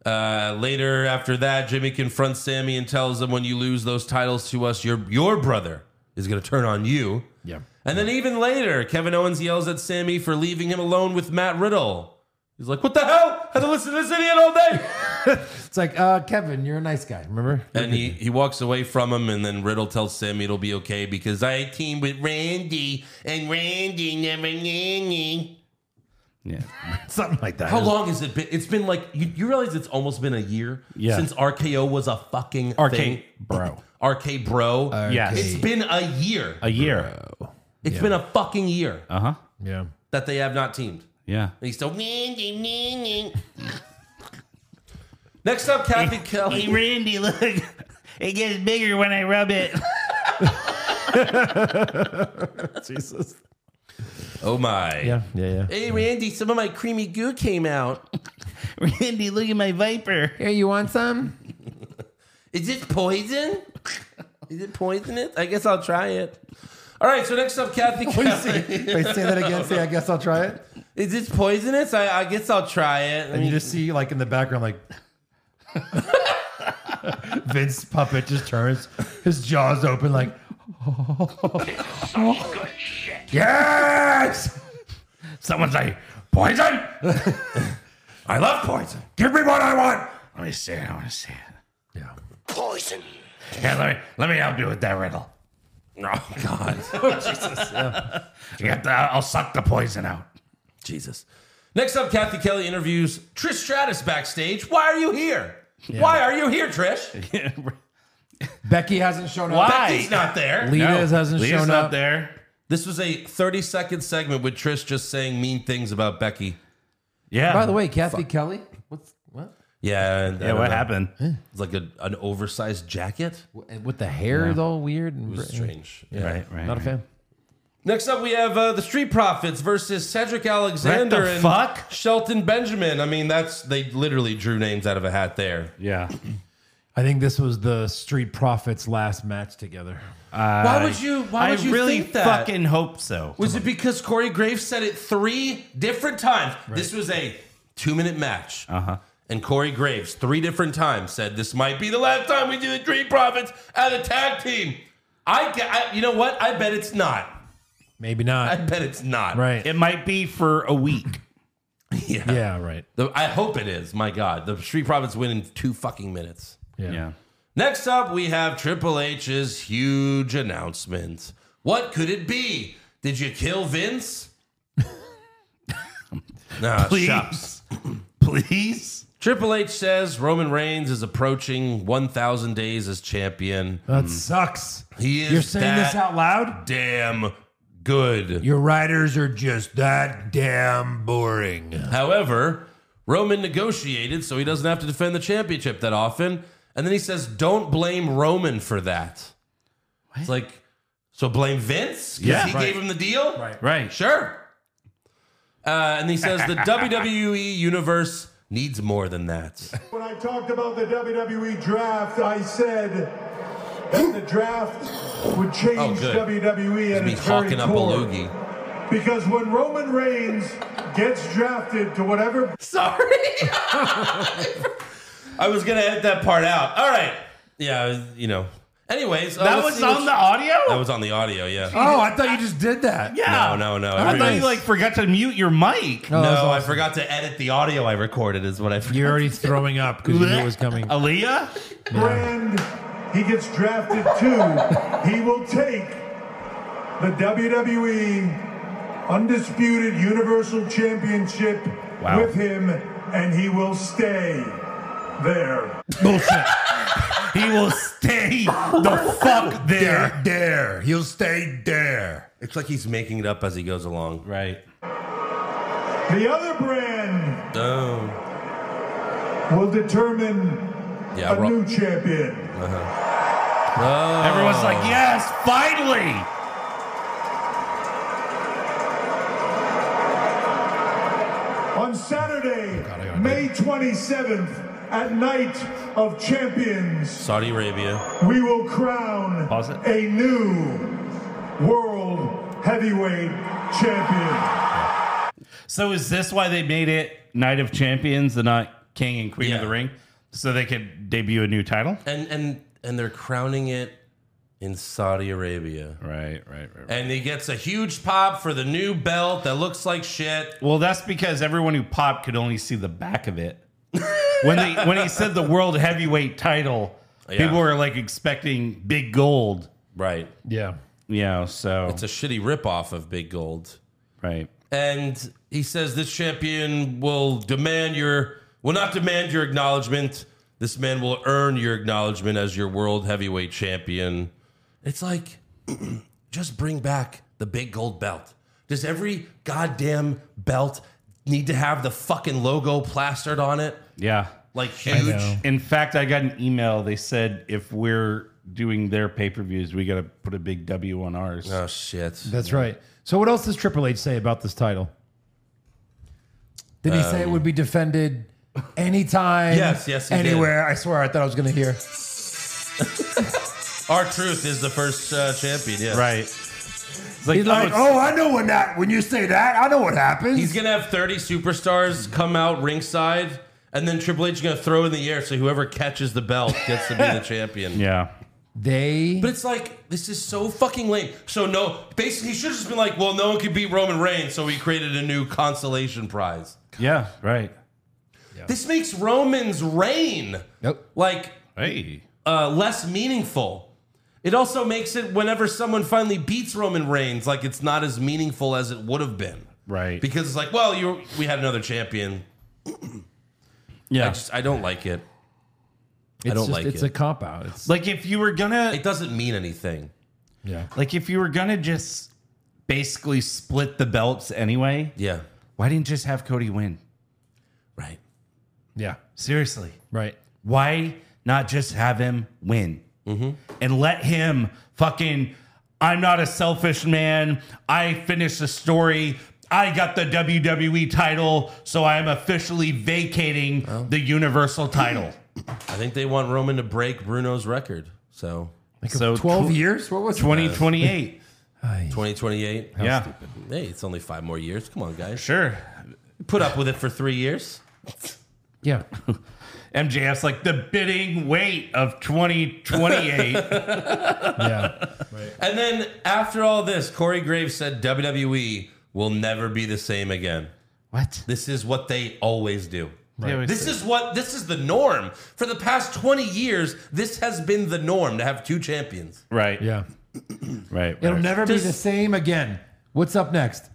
Uh, later, after that, Jimmy confronts Sammy and tells him, "When you lose those titles to us, your your brother is going to turn on you."
Yeah.
And then even later, Kevin Owens yells at Sammy for leaving him alone with Matt Riddle. He's like, "What the hell? Had to listen to this idiot all day."
It's like, uh, Kevin, you're a nice guy. Remember?
And he, he walks away from him, and then Riddle tells Sammy it'll be okay because I teamed with Randy, and Randy never nanny.
Yeah.
Something like that.
How long has it been? It's been like you, you realize it's almost been a year
Yeah.
since RKO was a fucking
Arcade,
thing.
bro.
RK bro.
Yeah.
It's been a year.
A year.
It's been a fucking year
Uh huh.
Yeah.
that they have not teamed.
Yeah.
And he's still Randy nanny. Next up, Kathy Kelly.
Randy, look, it gets bigger when I rub it. Jesus.
Oh my.
Yeah. Yeah. Yeah.
Hey Randy, some of my creamy goo came out.
Randy, look at my viper.
Here, you want some?
Is it poison? Is it poisonous? I guess I'll try it. All right, so next up, Kathy Kelly.
Wait, say that again. Say, I guess I'll try it.
Is this poisonous? I, I guess I'll try it.
And
I
you
mean,
just see, like, in the background, like, Vince Puppet just turns, his jaws open, like, yes!
Someone's like, poison?
I love poison.
Give me what I want!
Let me see it. I want to see it.
Yeah.
Poison.
Yeah, let me, let me help you with that riddle.
Oh God,
You got the, I'll suck the poison out.
Jesus. Next up, Kathy Kelly interviews Trish Stratus backstage. Why are you here? Why are you here, Trish?
Becky hasn't shown up.
Becky's not there.
Lita's
No,
hasn't
Leah's
shown
not
up.
there.
This was a 30 second segment with Trish just saying mean things about Becky.
Yeah.
By the way, Kathy Kelly? What's what?
Yeah. And, I
yeah,
don't
what
know.
happened?
It's like a, an oversized jacket.
With the hair is all weird and
Strange.
Right, right.
Not a fan.
Next up, we have uh, the Street Profits versus Cedric Alexander
What the
and
fuck?
Shelton Benjamin. I mean, that's they literally drew names out of a hat there.
Yeah.
I think this was the Street Profits last match together.
why would you? Why
I
would you
really
think that?
fucking hope so.
Was it because Corey Graves said it three different times? This was a two minute match. Uh
Uh-huh.
huh. And Corey Graves, three different times, said, This might be the last time we do the Dream Profits at a tag team. I, ge- I, you know what? I bet it's not.
Maybe
I
not.
bet it's not.
right.
It might be for a week.
Yeah.
yeah, right.
The- I hope it is. My God. The Street Profits win in two fucking minutes.
Yeah.
Next up, we have Triple H's huge announcement. What could it be? Did you kill Vince? nah,
Please. Please.
Triple H says Roman Reigns is approaching 1,000 days as champion.
That sucks.
Mm. He is
You're saying
that
this out loud?
damn good.
Your writers are just that damn boring.
However, Roman negotiated so he doesn't have to defend the championship that often. And then he says, don't blame Roman for that. It's like, so blame Vince? 'Cause
Yeah.
he
Right.
gave him the deal? Right.
Right.
Sure. Uh, and he says the WWE universe needs more than that.
When I talked about the WWE draft, I said that the draft would change
Oh, good.
WWE and
Me
its very
hawking up a
core.
loogie.
Because when Roman Reigns gets drafted to whatever
Sorry. I was gonna edit that part out. All right. Yeah, I was, you know. Anyways, uh,
That
let's
was
see
on
which-
the audio?
That was on the audio. Yeah.
Oh, I thought you just did that.
yeah.
No, no, no.
I thought
Everybody-
you like Oh, forgot to mute your mic.
no,
that's
I forgot to edit the audio I recorded. Is what I forgot.
You're already throwing up because you knew it was coming.
Oh.
Aaliyah?
brand he gets drafted to, he will take the WWE Undisputed Universal Championship
Wow.
with him, and he will stay there.
Bullshit. he will stay the fuck there.
there. He'll stay there.
It's like he's making it up as he goes along.
Right.
The other brand
Oh.
will determine
Yeah.
a
Ro-
new champion.
oh. Uh-huh.
Oh. Everyone's like, yes, finally.
Saturday, May 27th, at Night of Champions,
Saudi Arabia.
we will crown
Pause it.
a new world heavyweight champion.
So is this why they made it Knight of Champions and not King and Queen
Yeah.
of the Ring? So they could debut a new title?
And and and they're crowning it in Saudi Arabia.
Right, right, right.
And he gets a huge pop for the new belt that looks like shit.
Well, that's because everyone who popped could only see the back of it. when they when he said the world heavyweight title,
Yeah.
people were like expecting big gold.
Right.
Yeah.
Yeah, so
It's a shitty ripoff of Big Gold.
right.
And he says this champion will demand your will not demand your acknowledgement. This man will earn your acknowledgement as your world heavyweight champion. It's like just bring back the big gold belt. Does every goddamn belt need to have the fucking logo plastered on it?
Yeah.
Like huge.
In fact, I got an email. They said if we're doing their pay per views, we got to put a big W on ours.
Oh shit.
That's right. So what else does Triple H say about this title? Did he say it would be defended anytime?
Um, Yes, yes, he did.
anywhere. I swear, I thought I was going to hear.
Our truth is the first uh, champion. Yeah.
Right. It's like,
He's like,
it's-
oh, I know when that when you say that, I know what happens.
He's gonna have 30 superstars come out ringside, and then Triple H is gonna throw in the air so whoever catches the belt gets to be the champion.
yeah.
they
But it's like this is so fucking lame. So no, basically he should have just been like, well, no one could beat Roman Reigns, so he created a new consolation prize.
Yeah. Right.
This makes Roman's reign
nope.
like
Hey.
uh, less meaningful. It also makes it whenever someone finally beats Roman Reigns, like it's not as meaningful as it would have been.
Right.
Because it's like, well, you we had another champion.
yeah.
I just I don't like it.
It's
don't
just-
like
It's
it.
a cop out. It's
like if you were gonna
It doesn't mean anything.
yeah.
like if you were gonna just basically split the belts anyway,
Yeah.
why didn't you just have Cody win?
Right.
Yeah.
Seriously.
Right.
Why not just have him win
Mm-hmm.
and let him fucking? I'm not a selfish man. I finished the story. I got the WWE title, so I am officially vacating
Oh.
the Universal title.
I think they want Roman to break Bruno's record. So
so
Twelve
tw-
years? What was it?
2028.
2028.
yeah,
Hey, it's only five more years. Come on, guys.
sure.
Put up with it for three years.
Yeah.
MJF's like the bidding weight of 2028.
Yeah.
And then after all this, Corey Graves said WWE will never be the same again.
what?
This is what they always do.
Right.
This is what this is the norm. For the past 20 years, this has been the norm to have two champions.
Right.
yeah.
Right.
It'll
right.
never
Just-
be the same again. What's up next?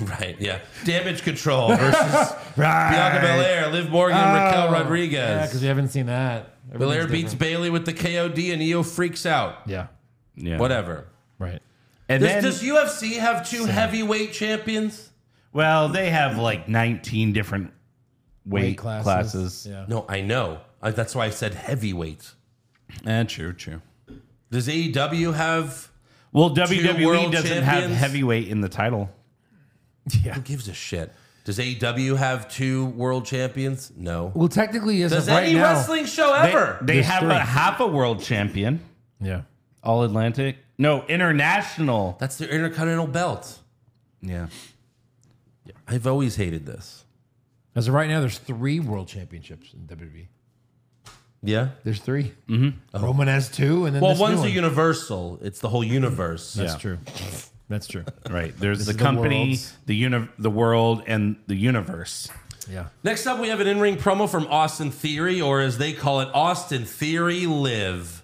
Right. Yeah. Damage control versus Bianca Belair, Liv Morgan, Raquel Rodriguez.
Oh. Yeah, because we haven't seen that.
Belair
Everything's
beats
different.
Bailey with the KOD and EO freaks out.
Yeah.
Yeah.
Whatever.
Right.
And
Does,
then,
does UFC have two heavyweight champions?
well, they have like 19 different weight, classes.
Yeah.
No, I know. I, that's why I said heavyweight.
Eh, true, true.
Does AEW have?
Well, WWE
world
doesn't have
champions.
heavyweight in the title.
Who gives a shit? Does AEW have two world champions? No.
Well, technically, as
Does
of right
any
now,
wrestling show
They,
ever?
they
There's
have
three.
a half a world champion,
Yeah.
All Atlantic. No, international.
that's their Intercontinental Belt.
Yeah.
I've always hated this.
As of right now, there's three world championships in E. WWE.
Yeah.
There's 3 Roman has two, and then
Mm-hmm. Well,
this
one's
new
a
one.
universal. It's the whole universe.
That's
Yeah.
true. That's true.
Right. There's the
is the
company,
world's-
the, uni- the world, and the universe.
Yeah.
Next up, we have an in ring promo from Austin Theory, or as they call it, Austin Theory Live.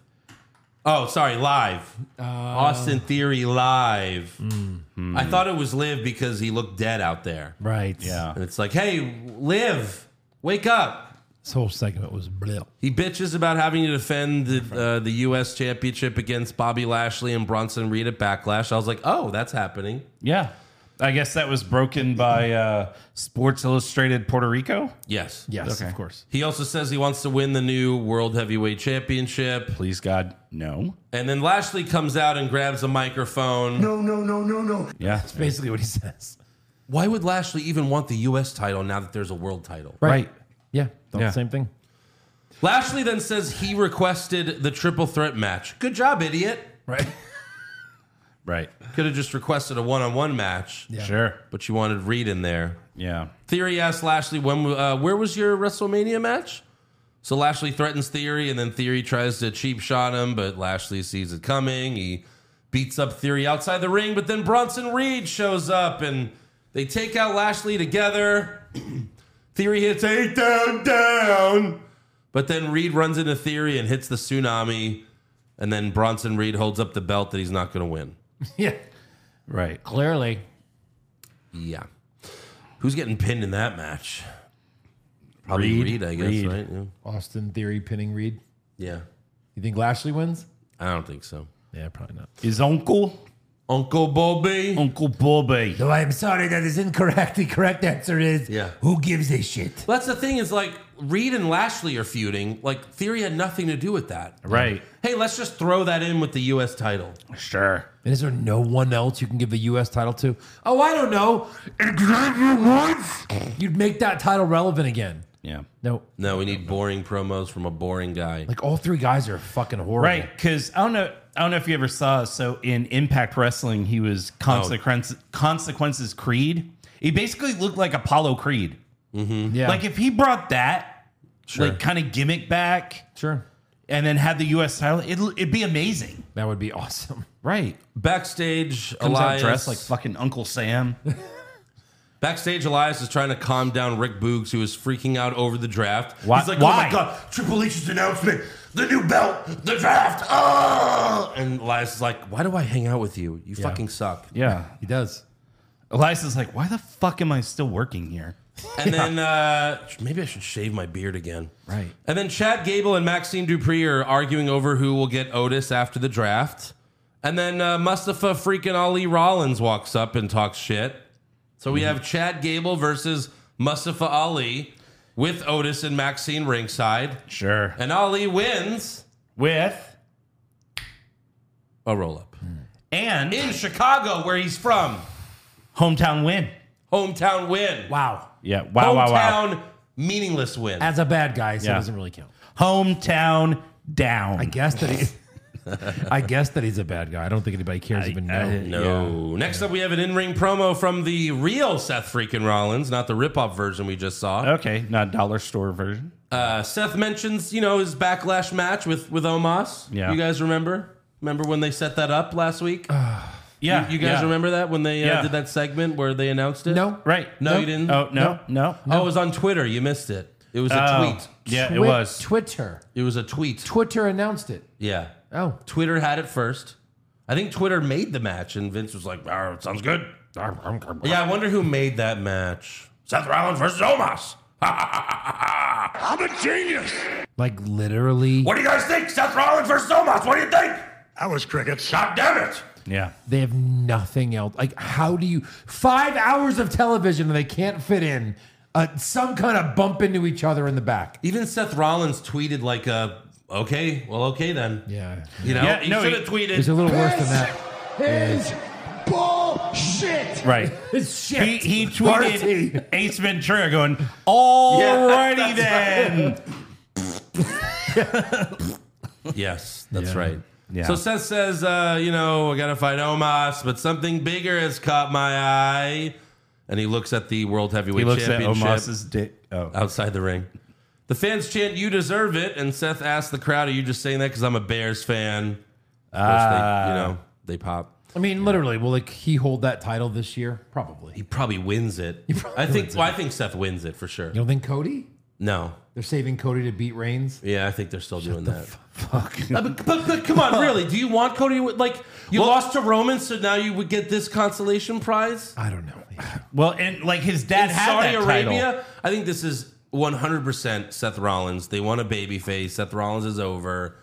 Oh, sorry, live. Austin Theory Live.
Mm-hmm.
I thought it was live because he looked dead out there.
Right.
Yeah.
And it's like, hey, live, wake up.
This whole segment was blip.
He bitches about having to defend the, uh, the U.S. championship against Bobby Lashley and Bronson Reed at Backlash. I was like, oh, that's happening.
Yeah. I guess that was broken by uh, Sports Illustrated Puerto Rico.
Yes.
Yes, of course.
He also says he wants to win the new World Heavyweight Championship.
Please, God, no.
And then Lashley comes out and grabs a microphone.
No, no, no, no, no.
Yeah.
Basically, what he says.
Why would Lashley even want the U.S. title now that there's a world title?
Right.
Yeah, the
Yeah.
same thing.
Lashley then says he requested the triple threat match. Good job, idiot.
Right.
Right.
Could have just requested a one on one match,
Sure.
but you wanted Reed in there.
Yeah.
Theory asks Lashley, "When? Uh, where was your WrestleMania match?" So Lashley threatens Theory, and then Theory tries to cheap shot him, but Lashley sees it coming. He beats up Theory outside the ring, but then Bronson Reed shows up, and they take out Lashley together. Theory hits eight down, down, but then Reed runs into Theory and hits the tsunami, and then Bronson Reed holds up the belt that he's not going to win.
yeah.
Right.
Clearly.
Yeah. Who's getting pinned in that match? Probably Reed,
Reed.
I guess,
Reed.
right? Yeah.
Austin Theory pinning Reed.
Yeah.
You think Lashley wins?
I don't think so.
Yeah, probably not.
His uncle,
Uncle Bobby.
Uncle Bobby.
Though I'm sorry that is incorrect. The correct answer is
Yeah.
who gives a shit?
That's the thing is like Reed and Lashley are feuding. Like Theory had nothing to do with that.
Right.
Hey, let's just throw that in with the U.S. title.
Sure.
And is there no one else you can give the U.S. title to? Oh, I don't know. Xavier Woods? You'd make that title relevant again.
Yeah.
No.
No, we need boring promos from a boring guy.
Like all three guys are fucking horrible.
Right. Because I don't know. I don't know if you ever saw. So in Impact Wrestling, he was consequence, consequences Creed. He basically looked like Apollo Creed.
Yeah.
Like if he brought that, like kind of gimmick back,
sure.
and then had the U.S. title, it'll, it'd be amazing.
That would be awesome.
Right.
Backstage,
Comes out
Elias.
dressed like fucking Uncle Sam.
Backstage, Elias is trying to calm down Rick Boogs, who is freaking out over the draft.
Why-
He's like,
why?
oh my God, Triple H's announcement, the new belt, the draft. Oh! And Elias is like, why do I hang out with you? You fucking suck.
yeah.
He does.
Elias is like, why the fuck am I still working here?
And then uh, maybe I should shave my beard again.
Right.
And then Chad Gable and Maxine Dupree are arguing over who will get Otis after the draft. And then uh, Mustafa freaking Ali Rollins walks up and talks shit. So
Mm-hmm.
we have Chad Gable versus Mustafa Ali with Otis and Maxine ringside.
Sure.
And Ali wins
With
a roll up
and
in Chicago, where he's from.
hometown win.
Hometown win.
Wow.
Yeah. Wow. Wow. Wow.
Hometown meaningless win.
As a bad guy, so
Yeah.
it doesn't really count.
Hometown down.
I guess that he's. I guess that he's a bad guy. I don't think anybody cares even now.
No. Next up, we have an in-ring promo from the real Seth freaking Rollins, not the rip-off version we just saw.
Okay, not dollar store version.
Uh, Seth mentions, you know, his backlash match with with Omos.
Yeah.
You guys remember? Remember when they set that up last week?
Yeah,
you guys
yeah.
remember that when they uh,
Yeah.
did that segment where they announced it?
No.
Right?
No, you didn't.
Oh no, no.
Oh, it was on Twitter. You missed it. It was a
Oh,
tweet.
Yeah, it
Twi-
was.
Twitter.
It was a tweet.
Twitter announced it.
Yeah.
Oh,
Twitter had it first. I think Twitter made the match, and Vince was like, "Ah, it sounds good. Yeah, I wonder who made that match. Seth Rollins versus Omos.
I'm a genius.
like literally,
What do you guys think? Seth Rollins versus Omos. What do you think?
That was crickets.
God damn it.
Yeah,
they have nothing else. Like, how do you five hours of television and they can't fit in uh, some kind of bump into each other in the back?
Even Seth Rollins tweeted like a, okay, well, okay then.
Yeah,
You know,
Yeah,
he
no,
should
he-
have
it's a
tweeted.
little worse than that.
Is bullshit.
right.
It's shit.
He, he
Party.
tweeted Ace Ventura going, "Alrighty
Yeah,
then."
yes, that's right.
Yeah.
So Seth says, uh, you know, I got to fight Omos, but something bigger has caught my eye. And he looks at the World Heavyweight
He looks at
Championship.
Omos's dick. Oh,
outside the ring. The fans chant, "You deserve it," and Seth asked the crowd, "Are you just saying that because I'm a Bears fan?" Ah, they, you know, they pop.
I mean, literally, will like he hold that title this year? Probably.
He probably wins it.
probably
I think.
wins
Well, I think Seth wins it for sure.
You don't think Cody?
No.
They're saving Cody to beat Reigns.
Yeah, I think they're still doing that. fuck. But, but, but come on, really? Do you want Cody? to win? Like you lost to Roman, so now you would get this consolation prize
I don't know.
well, and like his dad
in
had
Saudi
that
Arabia.
title.
I think this is 100 percent Seth Rollins. They want a babyface. Seth Rollins is over.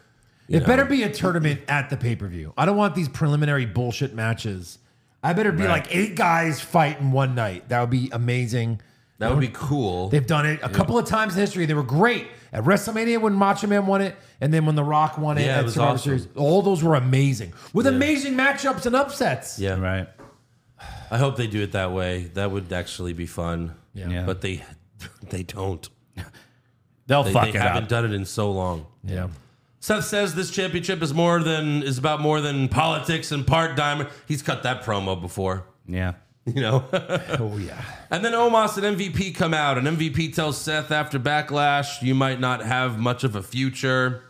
It better be a tournament at the pay per view. I don't want these preliminary bullshit matches. I better be like eight guys fight in one night. That would be amazing.
That would be cool.
They've done it a couple of times in history. They were great at WrestleMania when Macho Man won it, and then when The Rock won it
Yeah, it
at
was
Survivor
awesome.
Series. All those were amazing with amazing matchups and upsets.
yeah.
Right.
I hope they do it that way. That would actually be fun.
Yeah.
Yeah.
But they they don't.
They'll
They,
fuck
they
it
haven't
up.
done it in so long.
Yeah.
Seth says this championship is more than is about more than politics and part diamond. He's cut that promo before.
yeah.
You know?
Oh yeah.
And then Omos and MVP come out, and MVP tells Seth after Backlash, you might not have much of a future.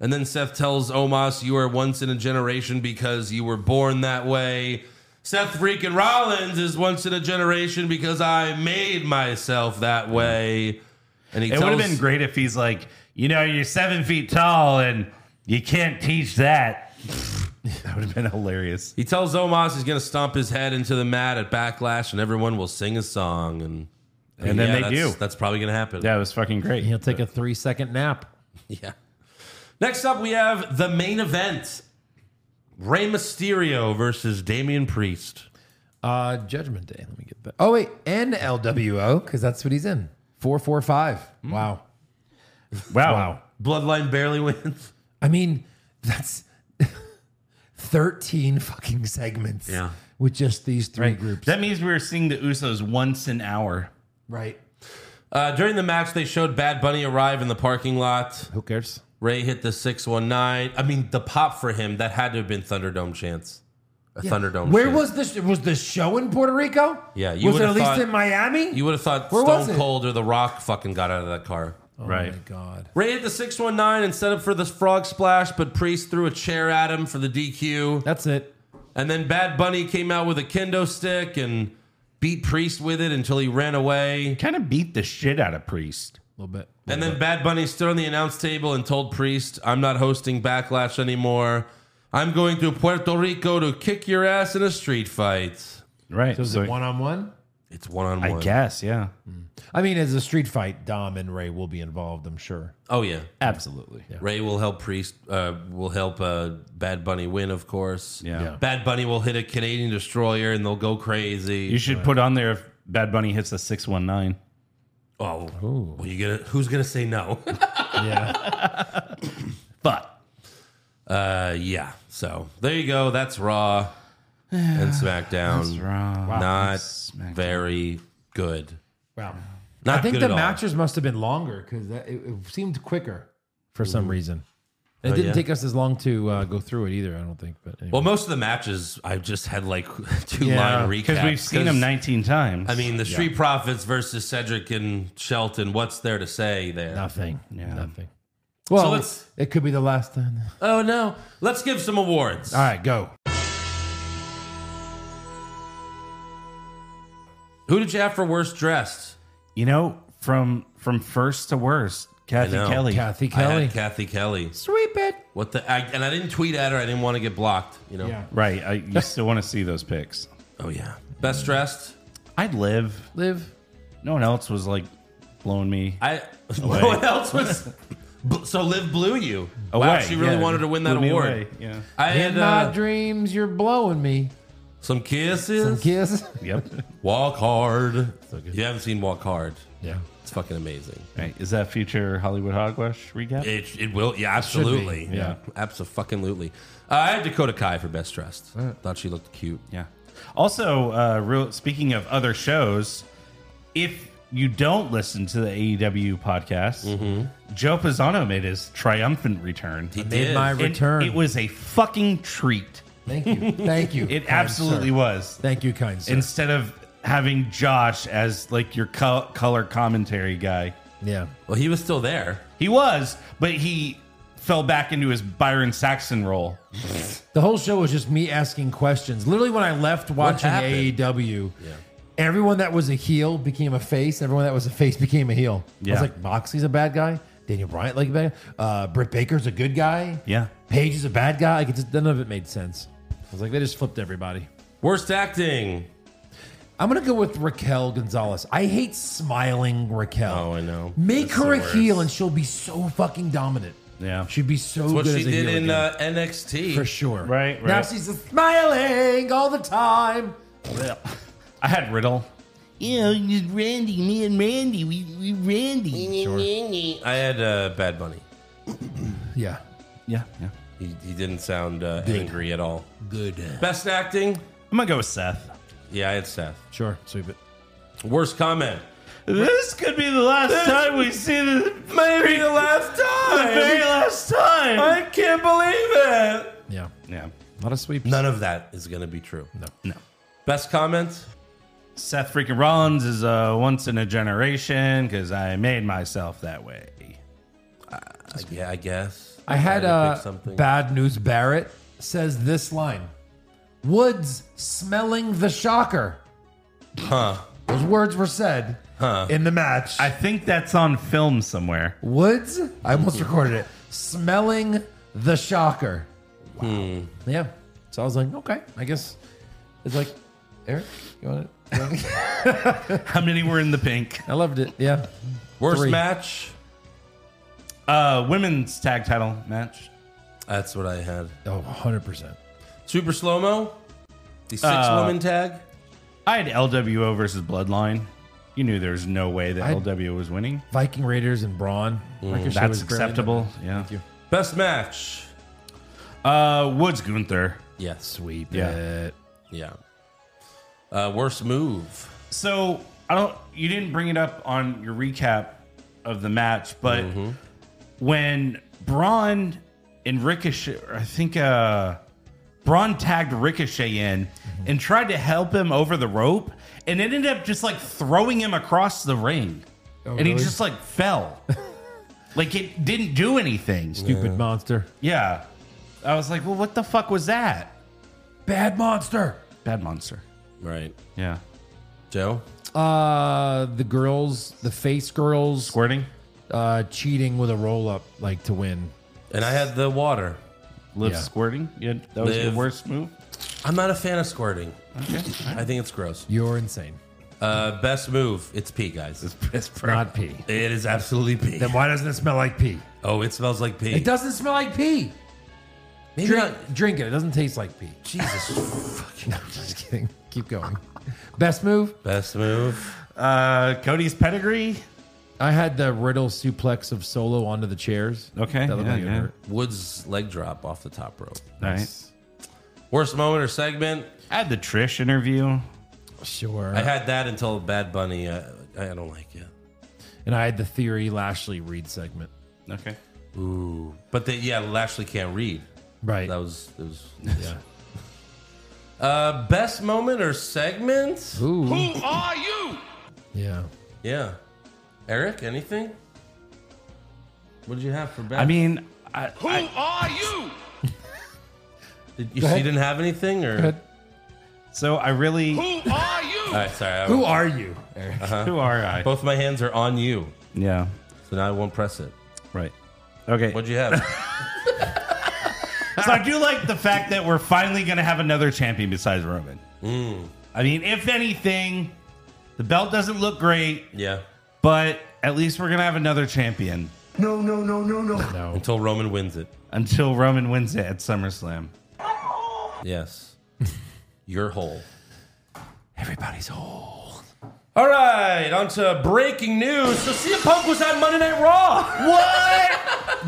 And then Seth tells Omos, you are once in a generation because you were born that way. Seth freaking Rollins is once in a generation because I made myself that way. And he
It would
tells,
have been great if he's like, you know, you're seven feet tall and you can't teach that. that would have been hilarious.
He tells Omos he's going to stomp his head into the mat at Backlash, and everyone will sing his song. And,
And then they
that's-
do.
That's probably going to happen.
That was fucking great.
He'll take a three second nap.
Yeah. Next up, we have the main event Rey Mysterio versus Damian Priest.
Uh, Judgment Day. Let me get that. Oh wait, NLWO because that's what he's in. Four four five.
Mm.
Wow.
Wow.
Bloodline barely wins.
I mean, that's thirteen fucking segments.
Yeah.
With just these three
Right.
groups.
That means we were seeing the Usos once an hour.
right.
Uh, during the match, they showed Bad Bunny arrive in the parking lot.
Who cares?
Ray hit the 619. I mean, the pop for him, that had to have been Thunderdome chance. A Thunderdome
Where
chant.
was this? Was the show in Puerto Rico?
Yeah, you
was it at
would've
least
thought-
in Miami?
You would have thought
Where was
Stone
it?
Cold or The Rock fucking got out of that car.
right.
Oh my god.
Ray hit the 619 and set up for the frog splash, but Priest threw a chair at him for the DQ.
That's it.
And then Bad Bunny came out with a kendo stick and beat Priest with it until he ran away.
Kind of beat the shit out of Priest.
A little bit.
And then Bad Bunny stood on the announce table and told Priest, I'm not hosting Backlash anymore. I'm going to Puerto Rico to kick your ass in a street fight.
Right.
So is
So
it one Mm-hmm. on one?
It's one on
I
one.
guess, yeah.
I mean, as a street fight, Dom and Ray will be involved. I'm sure.
Oh, yeah.
Absolutely. Yeah.
Ray will help Priest, uh, will help uh, Bad Bunny win, of course.
Yeah.
Bad Bunny will hit a Canadian destroyer and they'll go
You
crazy.
should put on there if Bad Bunny hits the 619.
Oh, well, you gonna, who's going to say no?
Yeah.
But
Uh, yeah. So there you go. That's Raw and SmackDown.
Raw. Wow.
Not
SmackDown.
very good.
wow.
Not
I think
good
the
at all.
matches must have been longer because it, it seemed quicker for some reason. It didn't
Mm-hmm. Oh, yeah.
take us as long to uh, go through it either. I don't think. But anyway.
Well, most of the matches I just had like two
Yeah,
line recaps
because we've seen him 19 times.
I mean, the Street Profits versus Cedric and Shelton. What's there to say there?
nothing.
Yeah.
Nothing. Well,
let's-
it could be the last time.
Oh no. Let's give some awards.
All right, go.
Who did you have for worst dressed?
you know, from from first to worst, Kathy
know.
Kelly.
Kathy
I
Kelly.
had Kathy Kelly.
Sweep it.
What the? I, and I didn't tweet at her. I didn't want to get blocked. You know.
Yeah.
Right. I, you still want to see those pics.
Oh yeah. Best dressed.
I'd live.
Live.
No one else was like blowing me.
I no
Away.
one else was. Bl- so Liv blew you. Wow,
away.
she really
Yeah,
wanted to win that
blew me
award.
away. Yeah.
I
In
had
my
uh,
dreams, you're blowing me.
some kisses.
Some kiss.
Yep.
Walk hard. You haven't seen Walk Hard.
Yeah.
It's fucking amazing.
Right. Is that future Hollywood Hogwash recap?
It, it will. Yeah, absolutely.
be, yeah.
Absolutely. Uh, I had Dakota Kai for best dressed. Thought she looked cute.
Yeah. Also, uh, real, speaking of other shows, if you don't listen to the AEW podcast, Joe Pisano made his triumphant return.
Mm-hmm. He
made
did.
my
And
return.
It was a fucking treat.
Thank you. Thank you.
It
kind
absolutely
sir.
was.
Thank you, kind sir.
Instead of having Josh as like your co- color commentary guy,
yeah.
well, he was still there.
he was, but he fell back into his Byron Saxon role.
The whole show was just me asking questions. Literally, when I left watching
happened?
AEW, everyone that was a heel became a face. Everyone that was a face became a heel. I
Yeah.
was like, Moxley's a bad guy. Daniel Bryant like a bad guy. Uh, Britt Baker's a good guy.
Yeah.
Paige is a bad guy. Like, it just, none of it made sense. I was like, they just flipped everybody.
Worst acting.
I'm gonna go with Raquel Gonzalez. I hate smiling Raquel.
Oh, I know.
Make
That's
her
the
a
worst.
heel, and she'll be so fucking dominant.
Yeah.
she'd be so
What
good
she
as a
did
heel
in
again.
uh, NXT.
for sure.
Right,
now
right.
she's just smiling all the time.
I had Riddle.
Yeah, just Randy, me and Randy, we, we Randy.
I had uh, Bad Bunny.
Yeah,
Yeah. Yeah.
He, he didn't sound uh, angry at all. Good. Best acting.
I'm going to go with Seth.
Yeah, I had Seth.
Sure, sweep it.
Worst comment.
This could be the last time we see this.
Maybe the last
The very
time.
last time.
I can't believe it.
Yeah,
yeah.
not a sweep.
None of that is going to be true. No.
No.
Best comment?
Seth freaking Rollins is a once in a generation because I made myself that way.
I, yeah, I guess.
I had
Trying to
uh,
pick something.
bad news. Barrett says this line: "Woods smelling the shocker."
Huh.
Those words were said in the match.
I think that's on film somewhere.
Woods, I almost recorded it. Smelling the shocker.
Hmm.
Wow. Yeah. So I was like, okay, I guess it's like, Eric, you want it? You want it?
How many were in the pink?
I loved it. Yeah.
Worst
Three.
match?
Uh, women's tag title match.
That's what I had.
Oh, 100%.
Super slow mo? The six
Uh,
woman tag?
I had LWO versus Bloodline. You knew there was no way that LWO was winning.
Viking Raiders and Braun. Ricochet
That's
was barely in
acceptable. Yeah.
Thank
Best match?
Uh, Woods Gunther.
Yeah.
there. Sweep
Yeah.
it.
Yeah. Uh, worst move?
So I don't. You didn't bring it up on your recap of the match, but
Mm-hmm.
when Braun and Ricochet, or I think uh, Braun tagged Ricochet in
Mm-hmm.
and tried to help him over the rope, and ended up just like throwing him across the ring, and
Oh,
he
really?
just like fell. like it didn't do anything.
Stupid monster.
Yeah, I was like, well, what the fuck was that?
Bad monster.
Bad monster.
Right.
Yeah,
Joe?
Uh, the girls, the face girls,
squirting.
uh, cheating with a roll up like to win.
And I had the water.
Live
Yeah.
squirting. Yeah, that was your
Liv.
worst move.
I'm not a fan of squirting. I think it's gross.
You're insane.
Uh, best move? It's pee, guys.
Not pee.
It is absolutely pee.
Then why doesn't it smell like pee?
Oh, it smells like pee.
It doesn't smell like pee.
Maybe
Drink,
not-
drink it. It doesn't taste like pee.
Jesus.
No, I'm just kidding. Keep going. Best move?
Best move.
Uh, Cody's pedigree.
I had the Riddle suplex of Solo onto the chairs.
Okay,
That looked
yeah,
like it
yeah.
hurt.
Woods leg drop off the top rope.
Nice.
Worst moment or segment?
I had the Trish interview.
Sure.
I had that until Bad Bunny. Uh, I don't like it.
and I had the Theory Lashley Reed segment.
Okay.
Ooh, but they, yeah, Lashley can't read.
Right.
That was it was yeah. uh, best moment or segment?
Ooh. Who are you? Yeah.
Yeah, Eric, anything? What did you have for best?
I mean, I,
did you, so you didn't have anything or?
ahead.
so I really.
All right, sorry. I-
Who are you?
Who are I?
both my hands are on you,
Yeah.
so now I won't press it.
Right. Okay.
What'd you have?
So I do like the fact that we're finally going to have another champion besides Roman. I mean, if anything, the belt doesn't look great,
yeah,
but at least we're going to have another champion
No, no, no, no, no.
No.
until Roman wins it.
until Roman wins it at SummerSlam.
Yes, you're whole.
Everybody's whole.
All right, on to breaking news. So CM Punk was on Monday Night Raw.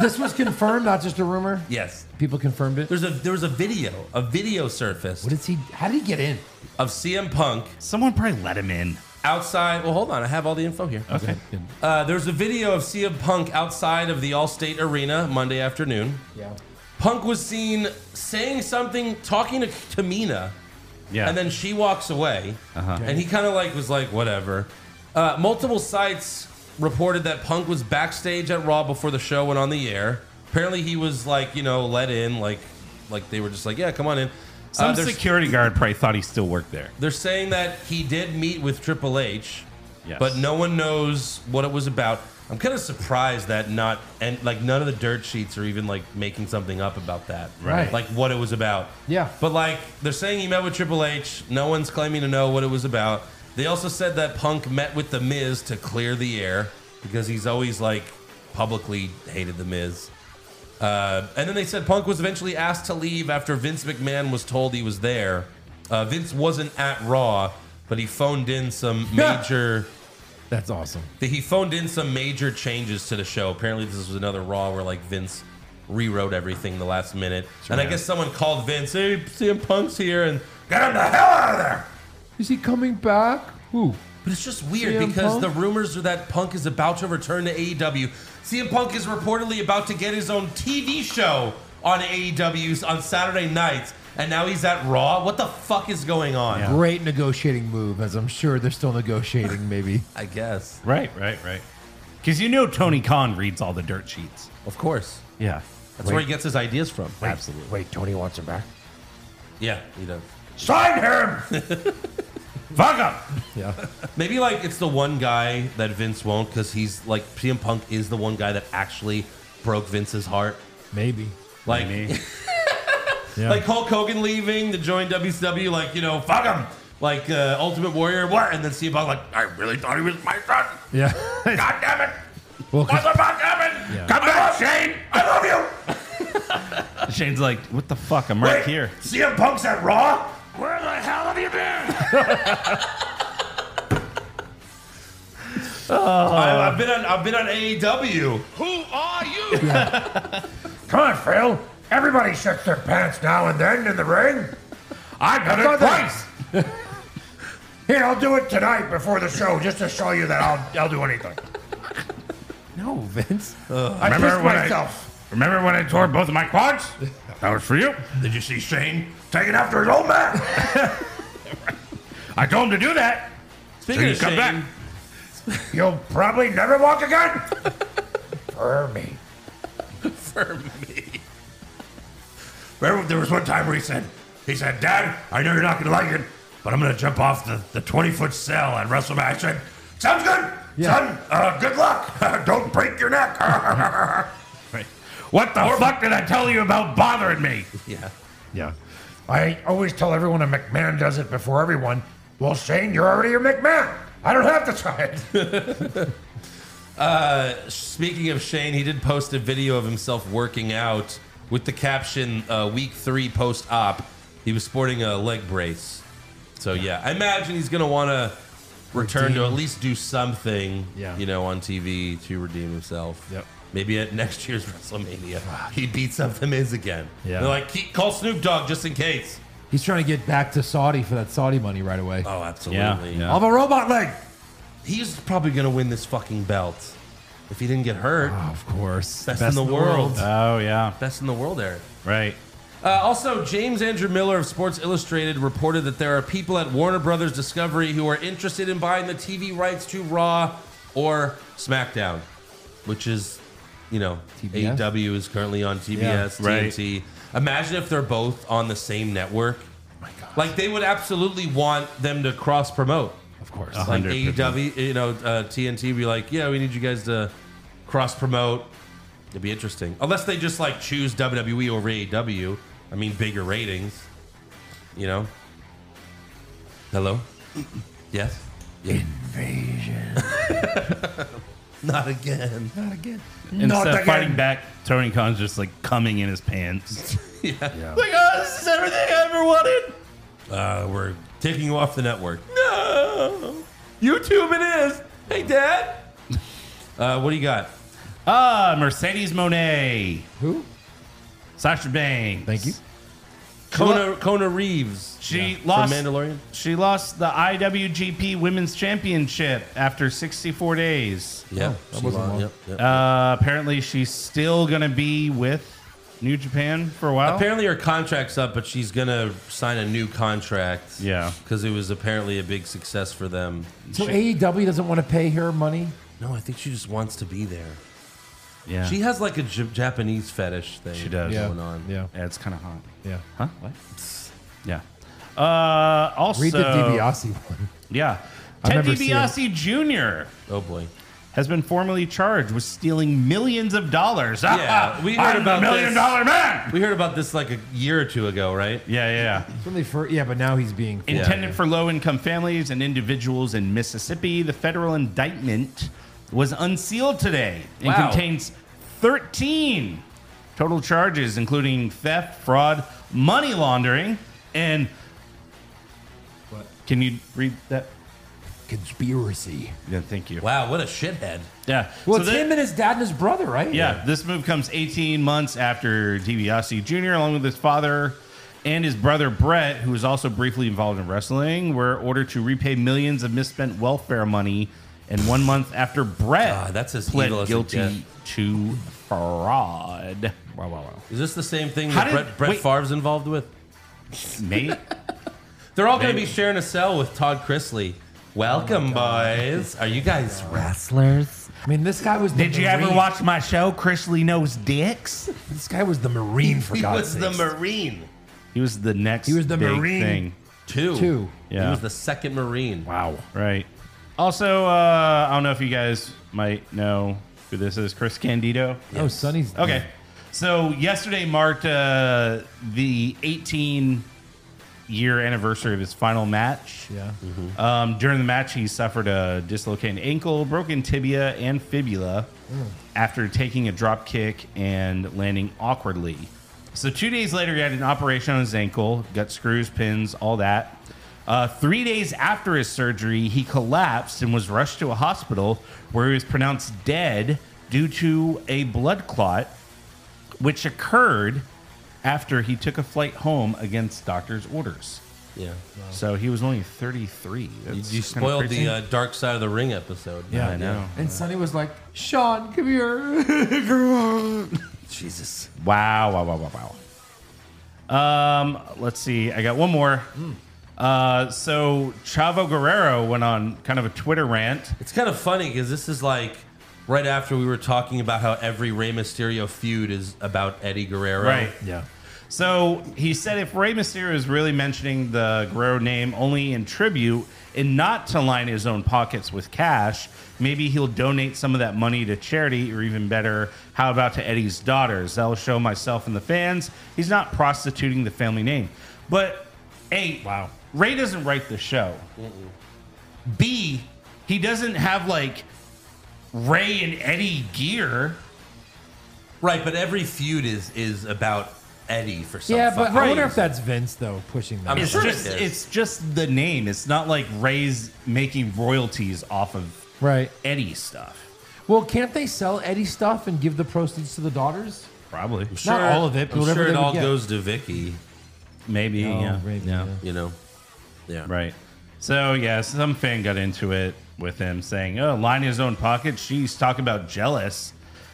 this was confirmed, not just a rumor.
Yes,
People confirmed it.
there's a there was a video, a video surfaced
What is he? How did he get in?
of CM Punk
Someone probably let him in.
outside. Well, hold on, I have all the info here.
Okay.
Uh, there's a video of CM Punk outside of the Allstate Arena Monday afternoon.
Yeah.
Punk was seen saying something, talking to Tamina,
Yeah.
and then she walks away, and he kind of like was like whatever. Uh, multiple sites reported that Punk was backstage at Raw before the show went on the air. Apparently, he was like you know let in, like like they were just like yeah come on in.
some
Uh, there's-
security guard probably thought he still worked there.
They're saying that he did meet with Triple H,
Yes.
but no one knows what it was about. I'm kind of surprised that not and like none of the dirt sheets are even like making something up about that,
Right.
Like what it was about.
Yeah.
But like they're saying he met with Triple H. No one's claiming to know what it was about. They also said that Punk met with the Miz to clear the air because he's always like publicly hated the Miz. Uh, and then they said Punk was eventually asked to leave after Vince McMahon was told he was there. Uh, Vince wasn't at Raw, but he phoned in some major.
That's awesome.
that he phoned in some major changes to the show. Apparently, this was another Raw where like Vince rewrote everything the last minute. and I guess someone called Vince, "Hey, CM Punk's here," and
Is he coming back? Who?
But it's just weird
CM
because
Punk?
the rumors are that Punk is about to return to E AEW. CM Punk is reportedly about to get his own TV show on AEW's on Saturday nights, and now he's at Raw. What the fuck is going on?
Great negotiating move, as I'm sure they're still negotiating, maybe.
I guess.
Right, right, right. Because you know Tony Khan reads all the dirt sheets.
Of course.
Yeah.
That's where he gets his ideas from. Absolutely.
Wait, Tony wants him back.
Yeah, he does.
Sign him! Fuck him!
Maybe like it's the one guy that Vince won't because he's like CM Punk is the one guy that actually broke Vince's heart.
Maybe.
Like, like Hulk Hogan leaving to join WCW, like you know, fuck him. Like uh, Ultimate Warrior, what? And then CM Punk, like I really thought he was my son.
Yeah.
God damn it!
Well, 'cause-
What the fuck happened? Come back, Shane. I love you.
Shane's like, what the fuck? I'm right here.
CM Punk's at Raw. Where the hell have you been?
Uh,
I, I've been on. I've been on E AEW.
Who are you?
Come on, Phil. Everybody shuts their pants now and then in the ring.
I got
I've done that. Here, I'll do it tonight before the show, just to show you that I'll, I'll do anything.
No, Vince.
I pissed myself.
Remember when I tore both of my quads? That was for you.
Did you see Shane taking after his old man?
I told him to do that.
Speaking
you
of
come
Shane,
back.
You'll probably never walk again. For me.
Remember, there was one time where he said, he said, Dad, I know you're not going to like it, but I'm going to jump off the, the 20-foot cell at WrestleMania. I said, sounds good. Son, uh, good luck. Don't break your neck.
What the fuck did I tell you about bothering me?
yeah.
Yeah. I always tell everyone a McMahon does it before everyone. Well, Shane, you're already a McMahon. I don't have to try it.
Speaking of Shane, he did post a video of himself working out with the caption uh, "Week three post op." He was sporting a leg brace, so yeah, I imagine he's gonna want to return to at least do something,
Yeah.
you know, on TV to redeem himself.
Yep.
Maybe at next year's WrestleMania, he beats up the Miz again.
Yeah.
They're like, "Keep- call Snoop Dogg just in case.
He's trying to get back to Saudi for that Saudi money right away.
Oh, absolutely.
I'll have a robot leg.
He's probably gonna win this fucking belt if he didn't get hurt.
of course.
Best, in the, world.
Oh, yeah.
Best in the world, Eric.
Right.
Uh, also, James Andrew Miller of Sports Illustrated reported that there are people at Warner Brothers Discovery who are interested in buying the TV rights to Raw or SmackDown, which is, you know,
TBS?
AEW is currently on TBS,
right.
TNT. Imagine if they're both on the same network.
my God.
Like they would absolutely want them to cross promote.
Of course.
Like E
100%.
AEW, you know, uh, TNT be like, yeah, we need you guys to cross promote. It'd be interesting. Unless they just like choose WWE over AEW. I mean, bigger ratings, you know? Hello? Yes? Invasion. Not again. Not again.
Instead of fighting back, Tony Khan's just like coming in his pants.
Yeah.
like, oh, this is everything I ever wanted.
Uh, we're taking you off the network. No! YouTube it is! Hey, Dad! Uh, what do you got?
Ah, Mercedes Monet,
Who?
Sasha Banks.
Thank you.
Kona, Kona Reeves.
She
From
lost.
Mandalorian.
She lost the IWGP Women's Championship after 64 days.
Yeah,
that
she
wasn't
won.
long.
Yep, yep.
Uh, apparently, she's still gonna be with New Japan for a while.
apparently her contract's up, but she's gonna sign a new contract.
Yeah.
because it was apparently a big success for them.
So AEW doesn't want to pay her money?
No, I think she just wants to be there.
yeah,
She has like a J- Japanese fetish thing.
She does.
going on.
Yeah.
yeah it's kind of hot.
Yeah.
Huh? What? Yeah. Uh, also,
Read the DiBiase one.
Yeah,
I've
Ted
never seen
DiBiase Jr.
Oh boy.
has been formally charged with stealing millions of dollars.
Yeah, we heard
I'm the
about
million
this.
dollar man.
We heard about this like a year or two ago, right?
Yeah, yeah. yeah.
When they fir- yeah, but now he's being.
Yeah.
Intended for low income families and individuals in Mississippi, the federal indictment was unsealed today and
Wow.
contains 13 total charges, including theft, fraud, money laundering, and. Can you read that?
Conspiracy.
Yeah, thank you.
Wow, what a shithead.
Yeah.
Well,
so
it's
that-
him and his dad and his brother, right?
Yeah, this move comes 18 months after DiBiase Jr., along with his father and his brother Brett, who was also briefly involved in wrestling, were ordered to repay millions of misspent welfare money. And one month after Brett
God, that's as
pled
evil as it get.
guilty to fraud. Wow, wow, wow.
Is this the same thing that
How did-
Brett, Brett
wait.
Favre's involved with?
Mate,
They're all going to
Maybe. Oh
be sharing a cell with Todd Chrisley. Welcome, boys. Are you guys ready?
Wrestlers.
I mean, this guy was. The
did you
Marine.
ever watch my show, Chris Lee Knows Dicks?
This guy was the Marine for
He
God's
was
sake.
the Marine,
He was the next. He
was the Marine.
Thing.
too.
Two.
Yeah.
He was the second Marine.
Wow. Right. Also, uh, I don't know if you guys might know who this is. Chris Candido.
Oh, Sonny's.
Okay. So yesterday marked uh, the 18 year anniversary of his final match.
Yeah.
Um, during the match, he suffered a dislocated ankle, broken tibia, and fibula after taking a drop kick and landing awkwardly. So two days later, he had an operation on his ankle, got screws, pins, all that. Uh, three days after his surgery, he collapsed and was rushed to a hospital where he was pronounced dead due to a blood clot, which occurred after he took a flight home against doctor's orders.
Yeah.
So he was only 33. That's
You, you spoiled the uh, Dark Side of the Ring episode.
Yeah.
I know.
And Sonny was like, Sean, come here.
Jesus.
Wow, wow, wow, wow, wow. Um, let's see. I got one more.
Hmm.
Uh, so Chavo Guerrero went on kind of a Twitter rant.
It's kind of funny because this is like right after we were talking about how every Rey Mysterio feud is about Eddie Guerrero.
yeah.
So he said if Rey Mysterio is really mentioning the Guerrero name only in tribute and not to line his own pockets with cash, maybe he'll donate some of that money to charity or even better, how about to Eddie's daughters? That'll show myself and the fans he's not prostituting the family name. But A, wow. Ray doesn't write the show. B, he doesn't have like Ray and Eddie gear.
Right, but every feud is is about Eddie for some
Yeah, but
fucking
I wonder if
reason.
that's Vince, though, pushing that.
I'm
It's
sure
just
it is.
it's just the name. It's not like Ray's making royalties off of
Right.
Eddie stuff.
Well, can't they sell Eddie stuff and give the proceeds to the daughters?
Probably,
Not all of it, but
I'm
whatever
sure
they
it
would
all
get.
goes to Vicky.
maybe. yeah.
Oh, maybe,
yeah.
yeah.
You know. Yeah.
Right. So yeah, some fan got into it with him saying, "Oh, line his own pocket." She's talking about jealous.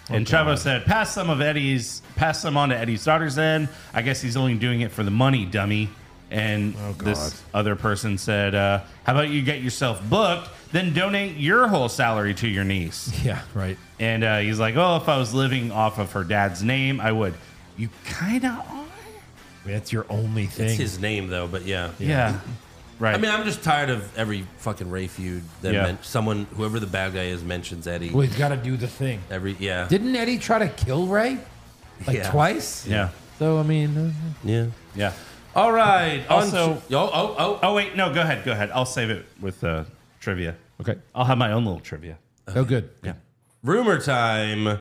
And Chavo said, "Pass some of Eddie's, pass some on to Eddie's daughters." Then I guess he's only doing it for the money, dummy. And
Oh,
this other person said, uh, "How about you get yourself booked, then donate your whole salary to your niece?"
Yeah, right.
And uh, he's like, "Oh, if I was living off of her dad's name, I would." You kind of are.
That's your only
It's
thing.
his name though, but yeah.
Yeah. Right.
I mean, I'm just tired of every fucking Ray feud that
Yeah.
men- someone, whoever the bad guy is, mentions Eddie.
well, he's got to do the thing.
Every yeah,
Didn't Eddie try to kill Ray? Like
Yeah.
twice?
yeah.
So, I mean, uh,
yeah.
Yeah.
All right.
Also-
on, yo, oh, oh,
Oh wait, no. Go ahead. Go ahead. I'll save it with uh, trivia.
Okay.
I'll have my own little trivia.
oh, good. Yeah.
rumor time.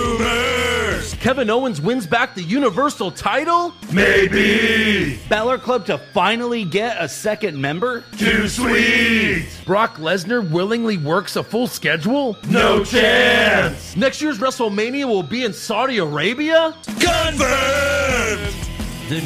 Rumors. Kevin Owens wins back the Universal title.
Balor Club to finally get a second member.
Too sweet.
Brock Lesnar willingly works a full schedule?
No chance.
Next year's WrestleMania will be in Saudi Arabia?
Dave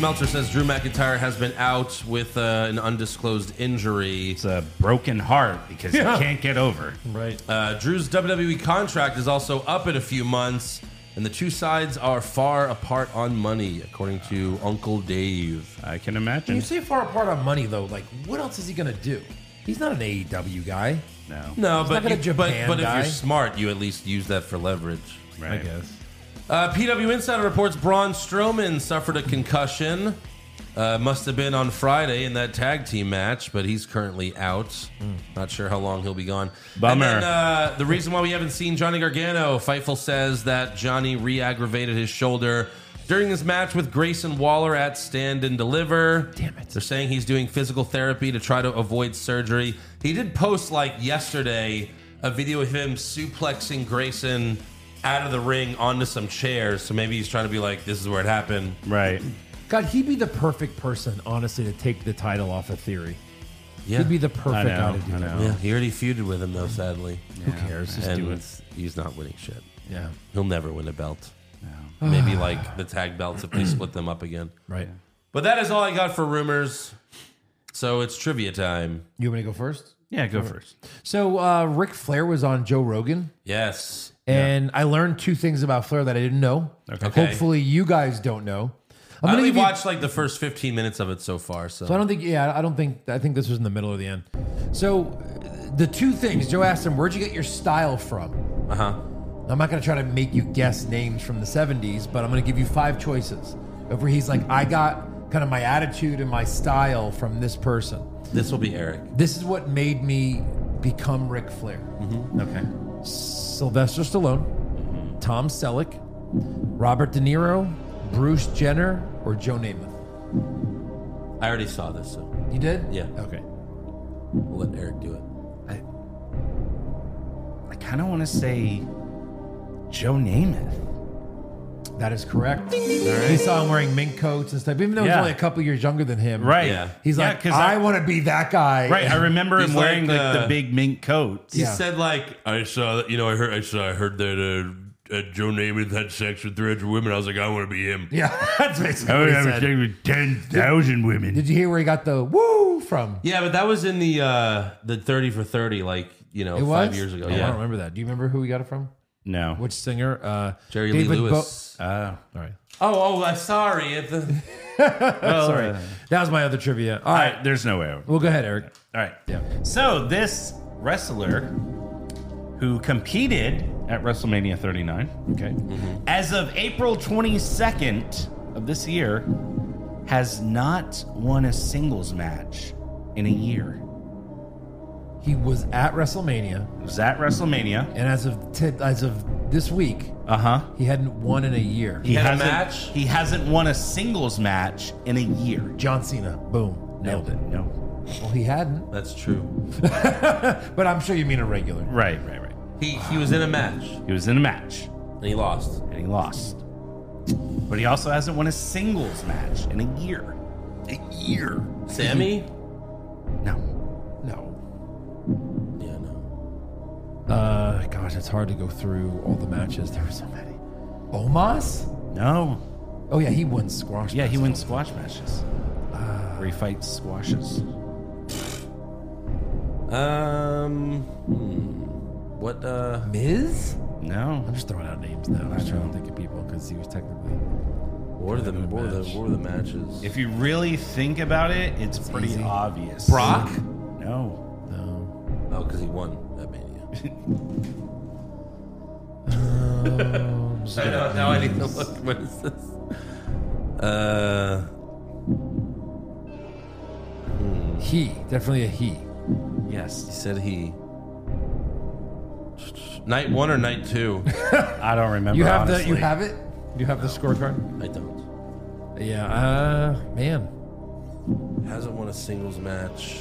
Meltzer says Drew McIntyre has been out with uh, an undisclosed injury.
It's a broken heart because he can't get over.
Right.
Uh, Drew's WWE contract is also up in a few months, and the two sides are far apart on money, according to Uncle Dave.
I can
When you
imagine.
say far apart on money, though, like, what else is he going to do? He's not an AEW guy.
No.
No,
He's not
but,
gonna
you- but
Japan
but if
guy.
you're smart, you at least use that for leverage.
Right.
guess.
Uh, PW Insider reports Braun Strowman suffered a concussion. Uh, must have been on Friday in that tag team match, but he's currently out. Not sure how long he'll be gone.
Hmm. Bummer.
And then, uh, the reason why we haven't seen Johnny Gargano, Fightful says that Johnny re aggravated his shoulder during his match with Grayson Waller at Stand and Deliver. Damn it. They're saying he's doing physical therapy to try to avoid surgery. He did post, like yesterday, a video of him suplexing Grayson out of the ring onto some chairs. So maybe he's trying to be like, this is where it happened.
Right.
God, he'd be the perfect person, honestly, to take the title off of Theory.
Yeah.
He'd be the perfect
I
guy
know.
to do
I
that.
know.
Yeah, he already feuded with him though, sadly.
Who cares? Just do
And
it.
he's not winning shit.
Yeah.
He'll never win a belt. Maybe like the tag belts if they split them up again.
Right.
But that is all I got for rumors. So it's trivia time.
You want me to go first?
Yeah, go first.
So uh, Rick Flair was on Joe Rogan,
Yes.
and I learned two things about Flair that I didn't know.
Okay.
Hopefully, you guys don't know. I'm
i
gonna
only
give you-
watched like the first 15 minutes of it so far. So,
So I don't think. Yeah, I don't think. I think this was in the middle or the end. So uh, the two things Joe asked him, "Where'd you get your style from?"
uh huh.
I'm not going to try to make you guess names from the 70s, but I'm going to give you five choices. Of where he's like, I got kind of my attitude and my style from this person.
This will be Eric.
This is what made me become Ric Flair.
Okay.
Sylvester Stallone, Tom Selleck, Robert De Niro, Bruce Jenner, or Joe Namath.
I already saw this. So
You did?
yeah,
Okay.
we'll let Eric do it.
I, I kind of want to say Joe Namath.
That is correct. He saw him wearing mink coats and stuff, even though he's
Yeah.
only a couple years younger than him.
Right.
Yeah.
He's
Yeah,
like, I, want to be that guy.
Right. I remember
He's
him wearing
like,
like,
uh,
the big mink coat.
He
Yeah.
said like I saw that. You know, I heard I saw I heard that uh, uh, Joe Namath had sex with 300 women. I was like, I want to be him.
yeah, that's basically what he said.
with ten thousand women.
Did you hear where he got the woo from?
Yeah, but that was in the uh the 30 for 30, like you know,
It was
five years ago.
Oh, I
yeah,
don't remember that. Do you remember who we got it from?
no.
Which singer? Uh,
Jerry Lee
David
Lewis.
Uh,
Bo- All right,
oh, oh, I'm sorry. If the,
Oh,
sorry.
that was my other trivia. All
all
right,
right. There's no way. All
well, go ahead, Eric.
right.
Yeah.
So this wrestler who competed at WrestleMania 39, okay, as of April 22nd of this year, has not won a singles match in a year.
He was at WrestleMania,
It was at WrestleMania.
and as of t- as of this week,
Uh huh.
he hadn't won in a year.
He
Had a
hasn't.
match?
He hasn't won a singles match in a year.
John Cena, boom, nailed it.
No.
Well, he hadn't,
that's true.
but I'm sure you mean a regular.
Right. Right. Right.
He he was in a match
He was in a match
and he lost.
and he lost. But he also hasn't won a singles match in a year. A year.
Sammy.
No.
No,
yeah, no.
Uh, gosh, it's hard to go through all the matches. There were so many. Omas?
No.
Oh yeah, he won squash.
Yeah, he
matches.
wins squash matches. where he fights squashes.
Um, hmm. what? uh
Miz?
No.
I'm just throwing out names now. I'm just trying to think of people because he was technically.
What are the what were the what were the matches?
If you really think about it, it's, pretty
easy.
obvious.
Brock.
No.
No.
Oh, because he won that Mania. Um, I know. Now I need to look. What is this? Uh,
He definitely a he.
yes. He said he. Night one or night two?
I don't remember.
You have
honestly.
the you have it. You have the scorecard.
I don't.
Yeah. Uh, man.
Hasn't won a singles match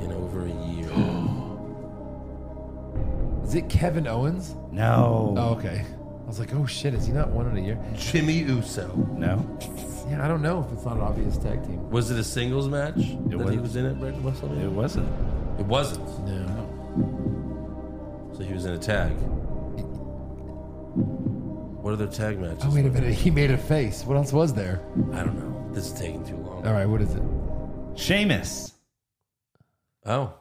in over a year.
Is it Kevin Owens?
No.
Oh, okay. I was like, oh shit, is he not one in a year?
Jimmy Uso.
No.
Yeah, I don't know if it's not an obvious tag team.
Was it a singles match that he
wasn't.
was in at Red WrestleMania?
It wasn't.
It wasn't.
No.
So he was in a tag. What other tag matches?
Oh wait a minute, he made a face. What else was there?
I don't know. This is taking too long.
All right, what is it?
Sheamus.
Oh,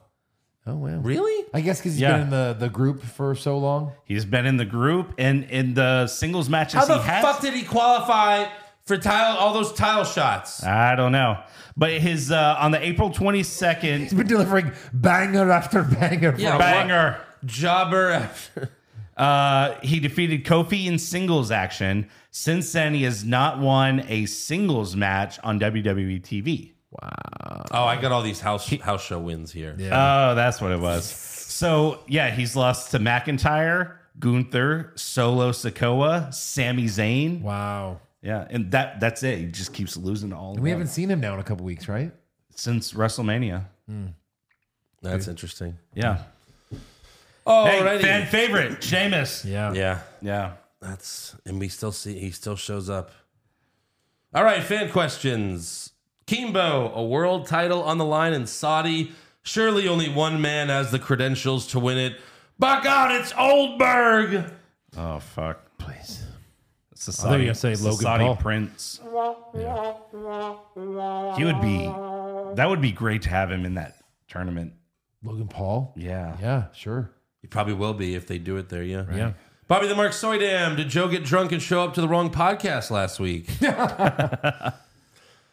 Oh wow.
really?
I guess because he's
Yeah.
been in the, the group for so long.
He's been in the group and in the singles matches
How the
he has.
fuck did he qualify for tile? All those tile shots.
I don't know. But his uh, on the April 22nd
He's been delivering banger after banger.
Yeah.
Yeah.
banger,
Jobber after.
uh, he defeated Kofi in singles action. Since then, he has not won a singles match on E WWE TV.
Oh, I got all these house house show wins here. Yeah.
Oh, that's what it was. So, yeah, he's lost to McIntyre, Gunther, Solo Sokoa, Sami Zayn.
Wow.
Yeah, and that that's it. He just keeps losing to all of
And we
them
haven't seen him now in a couple weeks, right?
since WrestleMania.
That's interesting.
Yeah.
Oh,
Hey, fan favorite, Sheamus.
Yeah.
yeah,
Yeah.
that's and we still see he still shows up. All right, fan questions. Kimbo, a world title on the line in Saudi. Surely only one man has the credentials to win it. By God, it's Oldberg.
Oh fuck.
Please.
Society.
you were gonna say Logan
Society
Paul.
Prince. He would be. That would be great to have him in that tournament.
Logan Paul.
Yeah.
Yeah, sure.
It probably will be if they do it there, yeah.
Yeah.
Bobby the Mark Soydam, did Joe get drunk and show up to the wrong podcast last week?
Yeah.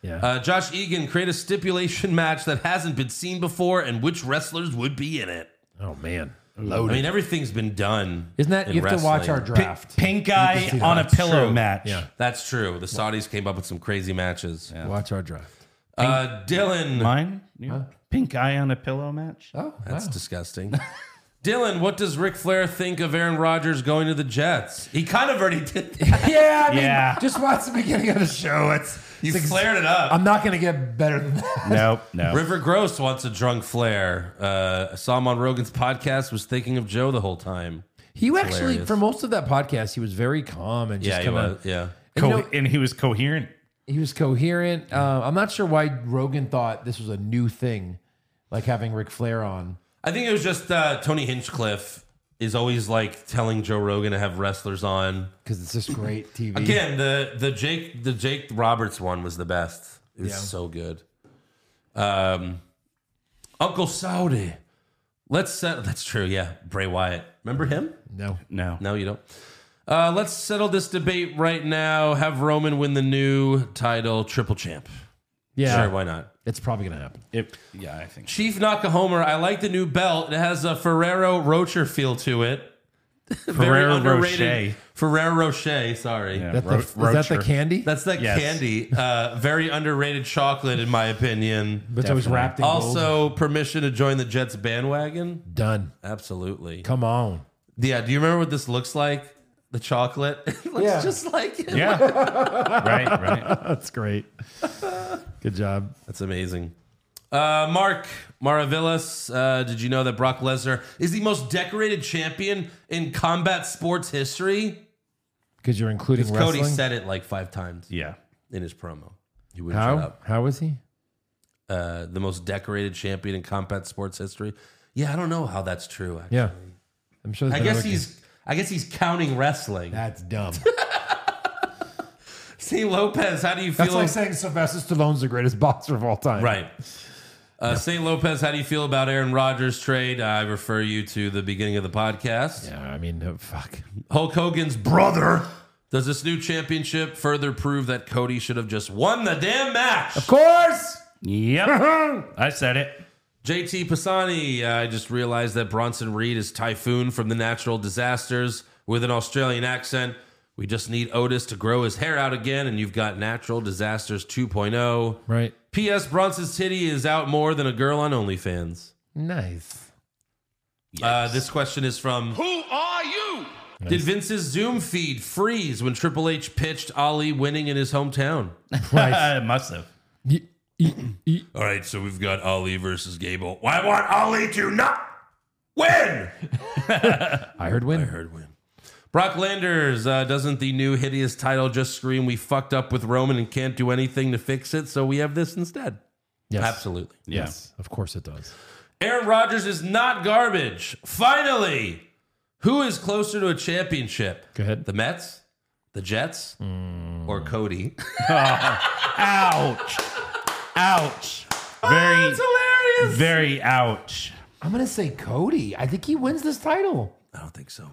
Uh, Josh Egan, create a stipulation match that hasn't been seen before and which wrestlers would be in it.
Oh man.
I mean, everything's been done.
Isn't that
in
you have to watch
wrestling.
our draft?
Pink eye
see
on a
that. It's
pillow
true.
match.
Yeah.
That's true. The Saudis came up with some crazy matches.
Watch our draft.
Uh, Dylan,
Mine? Yeah. Pink eye on a pillow match?
Oh,
that's disgusting. Dylan, what does Ric Flair think of Aaron Rodgers going to the Jets? He kind of already did. That.
yeah, I mean,
Yeah.
just watch the beginning of the show. It's
You
it's ex-
flared it up.
I'm not gonna get better than that.
Nope. No.
River Gross wants a drunk Flair. Uh, I saw him on Rogan's podcast. Was thinking of Joe the whole time.
He actually,
hilarious.
for most of that podcast, he was very calm and just
yeah, he
kind
was.
of
Yeah.
Co-
you know-
and he was coherent.
he was coherent. Uh, I'm not sure why Rogan thought this was a new thing, like having Ric Flair on.
I think it was just uh, Tony Hinchcliffe is always like telling Joe Rogan to have wrestlers on.
because it's just great TV.
Again, the the Jake the Jake Roberts one was the best. It was so good. Um, Uncle Saudi. Let's settle. That's true. Yeah, Bray Wyatt. Remember him?
no,
No.
No, you don't. Uh, let's settle this debate right now. Have Roman win the new title, triple champ.
yeah,
Sure, why not?
it's probably gonna happen.
It, yeah, I think.
Chief Nakahomer. I like the new belt. It has a Ferrero Rocher feel to it.
Ferrero
underrated-
Rocher.
Ferrero Rocher. Sorry.
Yeah,
That the,
Ro-
is that the
Rocher.
candy?
That's that
Yes.
candy. Uh, very underrated chocolate, in my opinion.
but it was
Definitely.
wrapped in gold.
Also, permission to join the Jets bandwagon?
done.
Absolutely.
Come on,
Yeah. Do you remember what this looks like? The chocolate. It looks
Yeah.
just like it.
Yeah. right, right.
that's great. Good job.
That's amazing. Uh, Mark Maravillas, uh, did you know that Brock Lesnar is the most decorated champion in combat sports history?
Because you're including
Cody
wrestling.
said it like five times
Yeah.
in his promo. You wouldn't shut
how
up.
how was he?
Uh, the most decorated champion in combat sports history. Yeah, I don't know how that's true. Actually.
Yeah, I'm sure.
I
there's
guess
another kid.
he's I guess he's counting wrestling.
That's dumb.
See Lopez, how do you
That's
feel?
like saying Sylvester Stallone's the greatest boxer of all time.
right. Uh, St. Lopez, how do you feel about Aaron Rodgers' trade? I refer you to the beginning of the podcast.
Yeah, I mean, no, fuck.
Hulk Hogan's brother. Does this new championship further prove that Cody should have just won the damn match?
Of course.
Yep. I said it.
JT Pisani, I just realized that Bronson Reed is Typhoon from the natural disasters with an Australian accent. We just need Otis to grow his hair out again, and you've got Natural Disasters oh. 2.0.
Right.
P.S. Bronson's titty is out more than a girl on OnlyFans.
Nice.
Uh, this question is from
Who are you?
Did Vince's Zoom feed freeze when Triple H pitched Ali winning in his hometown?
Right.
I must have.
Ye- ye- ye-
All right, so we've got Ali versus Gable. I want Ali to not win.
I heard win.
Heard win. Brock Landers, uh, doesn't the new hideous title just scream we fucked up with Roman and can't do anything to fix it, so we have this instead?
Yes.
Absolutely.
Yes. Of course it does.
Aaron Rodgers is not garbage. Finally, who is closer to a championship?
Go ahead.
The Mets, the Jets, or Cody?
Ouch. Ouch.
Oh,
Very,
hilarious.
very ouch.
I'm gonna say Cody. I think he wins this title.
I don't think so.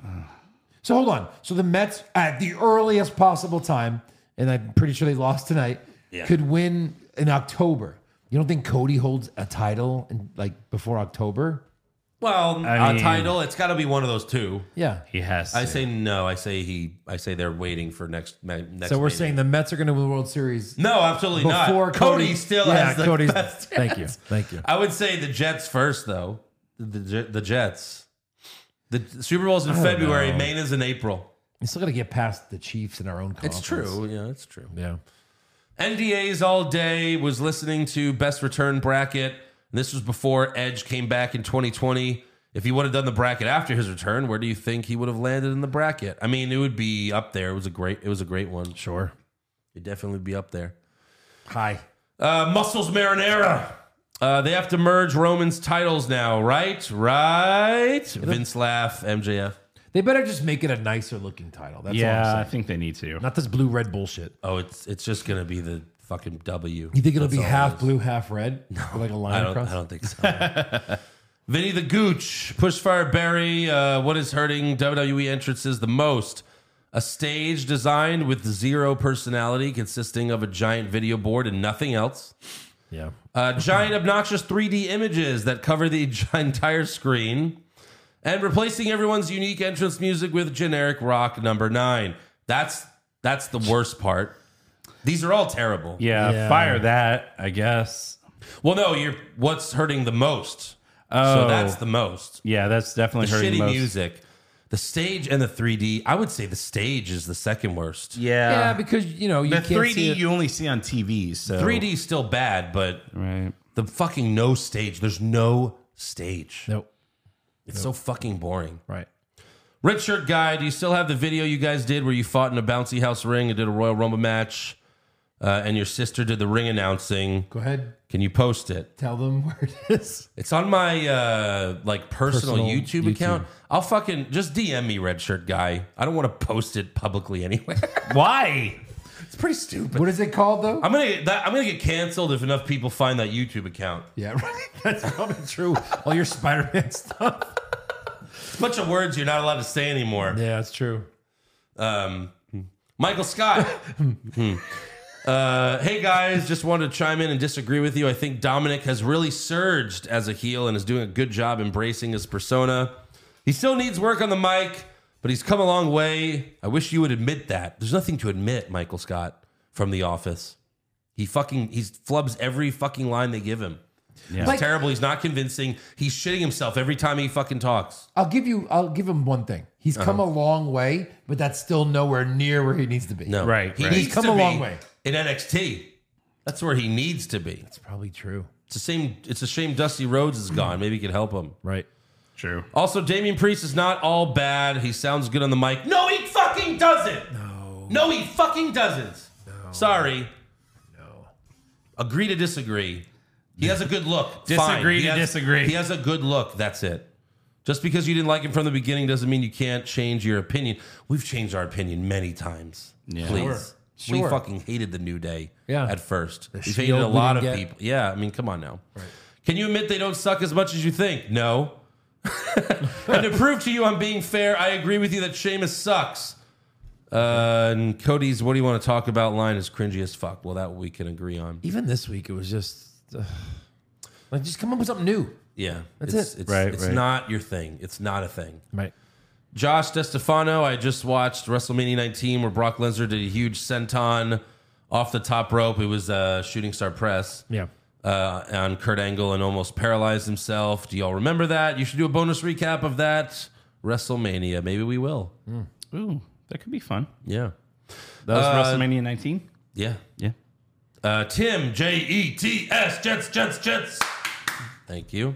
So hold on. So the Mets at the earliest possible time, and I'm pretty sure they lost tonight, could win in October. You don't think Cody holds a title in, like before October?
Well,
I
a
mean-
title. It's got to be one of those two.
Yeah.
He has.
I
to.
say no. I say he. I say they're waiting for next. ma- next
So we're
meeting.
saying the Mets are going to win the World Series
no, absolutely not.
before
Cody, still has the best.
Thank you. Thank you.
I would say the Jets first, though. The J- the Jets. The Super Bowl's in February. Maine is in April.
We still got to get past the Chiefs in our own conference.
It's true. Yeah, it's true.
Yeah.
NDAs all day. Was listening to best return bracket. This was before Edge came back in 2020. If he would have done the bracket after his return, where do you think he would have landed in the bracket? I mean, it would be up there. It was a great. It was a great one.
Sure.
It'd definitely be up there.
Hi.
Uh, Muscles Marinara. Uh, they have to merge Roman's titles now, right? Right? Vince laugh, MJF.
They better just make it a nicer looking title. That's all I'm
yeah, I
saying.
think they need to.
Not this blue red bullshit.
Oh, it's it's just gonna be the fucking W.
You think it'll
That's
be
all it
half
is.
blue, half red? No, like a line
I don't,
across.
I don't think so. Vinny the Gooch, Pushfire Barry, uh, what is hurting WWE entrances the most? A stage designed with zero personality, consisting of a giant video board and nothing else.
Yeah.
Uh, giant obnoxious 3D images that cover the gi- entire screen, and replacing everyone's unique entrance music with generic rock number nine. That's that's the worst part. These are all terrible.
Yeah,
Yeah.
fire that, I guess.
Well, no, you're what's hurting the most.
Oh.
So that's the most.
Yeah, that's definitely
The
hurting
shitty
the most.
music, the stage, and the 3D. I would say the stage is the second worst.
Yeah.
Yeah, because you know you
the
can't
3D
see it.
you only see on TV, so
3D is still bad, but
right.
the fucking no stage. There's no stage.
Nope.
It's so fucking boring.
Right.
Red shirt guy, do you still have the video you guys did where you fought in a bouncy house ring and did a Royal Rumble match, uh, and your sister did the ring announcing?
Go ahead.
Can you post it?
Tell them where it is.
It's on my uh, like personal,
Personal
YouTube,
YouTube.
account. I'll fucking just DM me red shirt guy. I don't want to post it publicly anyway.
Why?
it's pretty stupid.
What is it called though?
I'm gonna get that, I'm gonna get canceled if enough people find that YouTube account.
yeah, right. That's probably true. All your Spider-Man stuff.
It's a bunch of words you're not allowed to say anymore.
Yeah, that's true.
Um, Michael Scott. Hmm. Uh, hey guys, just wanted to chime in and disagree with you. I think Dominic has really surged as a heel and is doing a good job embracing his persona. He still needs work on the mic, but he's come a long way. I wish you would admit that. There's nothing to admit, Michael Scott from The Office. He fucking he flubs every fucking line they give him. He's
Like-
terrible. He's not convincing. He's shitting himself every time he fucking talks.
I'll give you. I'll give him one thing. He's come a long way, but that's still nowhere near where he needs to be.
No,
Right,
He
right.
needs
He's come
to
a
be
long way.
in NXT. That's where he needs to be.
it's probably true.
It's a shame. It's a shame Dusty Rhodes is gone. Maybe he could help him.
Right.
True.
Also, Damian Priest is not all bad. He sounds good on the mic. No, he fucking doesn't. No. No, he fucking doesn't. Sorry. No. Agree to disagree. He has a good look. Fine.
Disagree
He
to
has-
disagree.
He has a good look. That's it. Just because you didn't like him from the beginning doesn't mean you can't change your opinion. We've changed our opinion many times. Please.
Sure.
We
Sure.
fucking hated the New Day
Yeah.
at first. We've
Shield
hated a
we
lot of
didn't get.
people. Yeah, I mean, come on now. Can you admit they don't suck as much as you think? No. and to prove to you I'm being fair, I agree with you that Seamus sucks. Uh, and Cody's "What do you want to talk about?" line is cringy as fuck. Well, that we can agree on.
Even this week, it was just uh, like just come up with something new.
Yeah,
That's
it's,
it.
It's,
Right,
it's
right.
not your thing. It's not a thing.
Right.
Josh DeStefano, I just watched WrestleMania 19 where Brock Lesnar did a huge senton off the top rope. It was a shooting star press.
Yeah.
uh, on Kurt Angle and almost paralyzed himself. Do y'all remember that? You should do a bonus recap of that WrestleMania. Maybe we will.
Ooh, that could be fun.
Yeah.
That was
Uh,
WrestleMania 19.
Yeah.
Yeah.
Uh, Tim, J E T S, Jets, Jets, Jets. Thank you.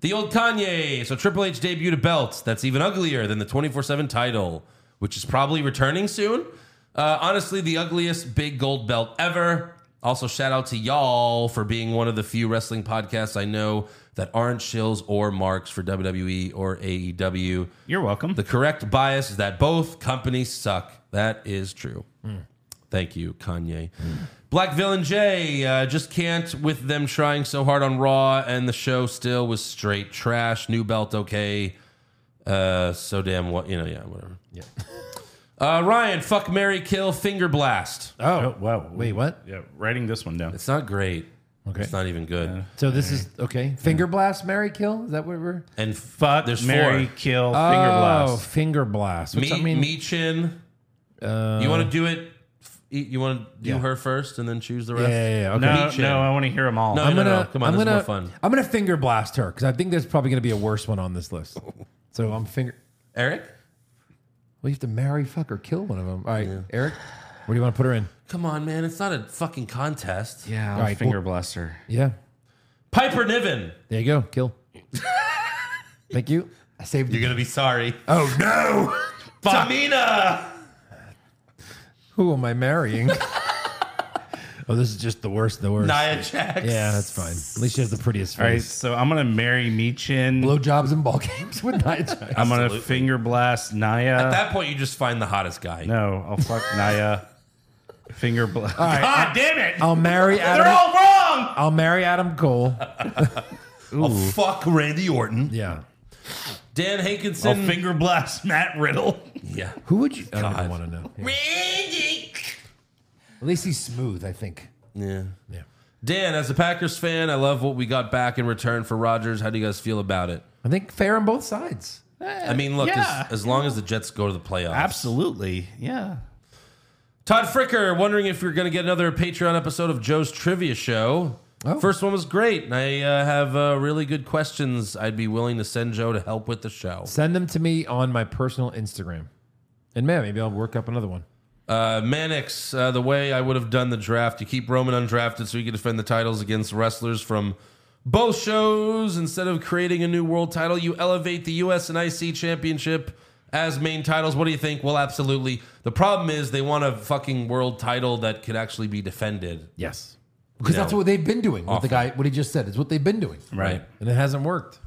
The old Kanye. So Triple H debuted a belt that's even uglier than the 24 7 title, which is probably returning soon. Uh, honestly, the ugliest big gold belt ever. Also, shout out to y'all for being one of the few wrestling podcasts I know that aren't shills or marks for WWE or E AEW.
You're welcome.
The correct bias is that both companies suck. That is true. Thank you, Kanye. Black Villain J uh, just can't with them trying so hard on Raw, and the show still was straight trash. New belt, okay. Uh, so damn what you know, yeah, whatever. Yeah. Uh, Ryan, fuck Mary, kill finger blast.
Oh.
wow.
Wait, what?
Yeah, writing this one down.
It's not great.
Okay.
It's not even good.
So this is okay. Finger blast, Mary kill. Is that what we're?
And f-
Fuck,
there's
Mary,
four.
kill, finger
Oh,
blast.
finger blast. What's
Me,
that mean? Uh,
me chin. you want to do it? f- You want to do her first and then choose the
Yeah,
rest?
yeah, yeah, okay.
No,
Meat
no,
chin.
I want to hear them all.
No,
I'm
no,
gonna.
no, Come on,
I'm
this
gonna.
is more fun.
I'm gonna finger blast her because I think there's probably gonna be a worse one on this list. So I'm finger.
Eric,
Well, you have to marry, fuck, or kill one of them. All right, Eric. Where do you want to put her in?
come on, man. It's not a fucking contest.
Yeah, I'll
All right,
finger blaster.
Yeah.
Piper Niven.
There you go. Kill. Thank you. I saved you.
You're gonna be sorry.
Oh no!
Tamina.
Who am I marrying? Oh, this is just the worst, the worst.
Nia Jax.
Yeah, that's fine. At least she has the prettiest
All right,
face.
so I'm gonna marry Meechin.
Blowjobs and ball games with Nia Jax.
I'm gonna finger blast Naya.
At that point, you just find the hottest guy.
no, I'll fuck Naya. Finger blast.
right,
God damn it!
I'll marry Adam.
They're all wrong.
I'll marry Adam Cole.
I'll Oh, fuck Randy Orton.
Yeah.
Dan
I'll
Oh,
Hankinson.
finger blast Matt Riddle.
yeah.
Who would you? I don't
God.
want to know. Yeah. At least he's smooth, I think.
Yeah.
Yeah.
Dan, as a Packers fan, I love what we got back in return for Rodgers. How do you guys feel about it?
I think fair on both sides.
I mean, look,
yeah.
as, as long as the Jets go to the playoffs.
Absolutely. Yeah.
Todd Fricker, wondering if you're going to get another Patreon episode of Joe's Trivia Show.
Oh.
First one was great, and I uh, have uh, really good questions I'd be willing to send Joe to help with the show.
Send them to me on my personal Instagram. And man, maybe I'll work up another one.
Uh, Mannix, uh, the way I would have done the draft, you keep Roman undrafted so he can defend the titles against wrestlers from both shows. Instead of creating a new world title, you elevate the U.S. and IC championship as main titles. What do you think? Well, absolutely. The problem is they want a fucking world title that could actually be defended.
Yes. Because
No.
that's what they've been doing. What the
Awful.
guy, what he just said is what they've been doing.
Right.
And it hasn't worked.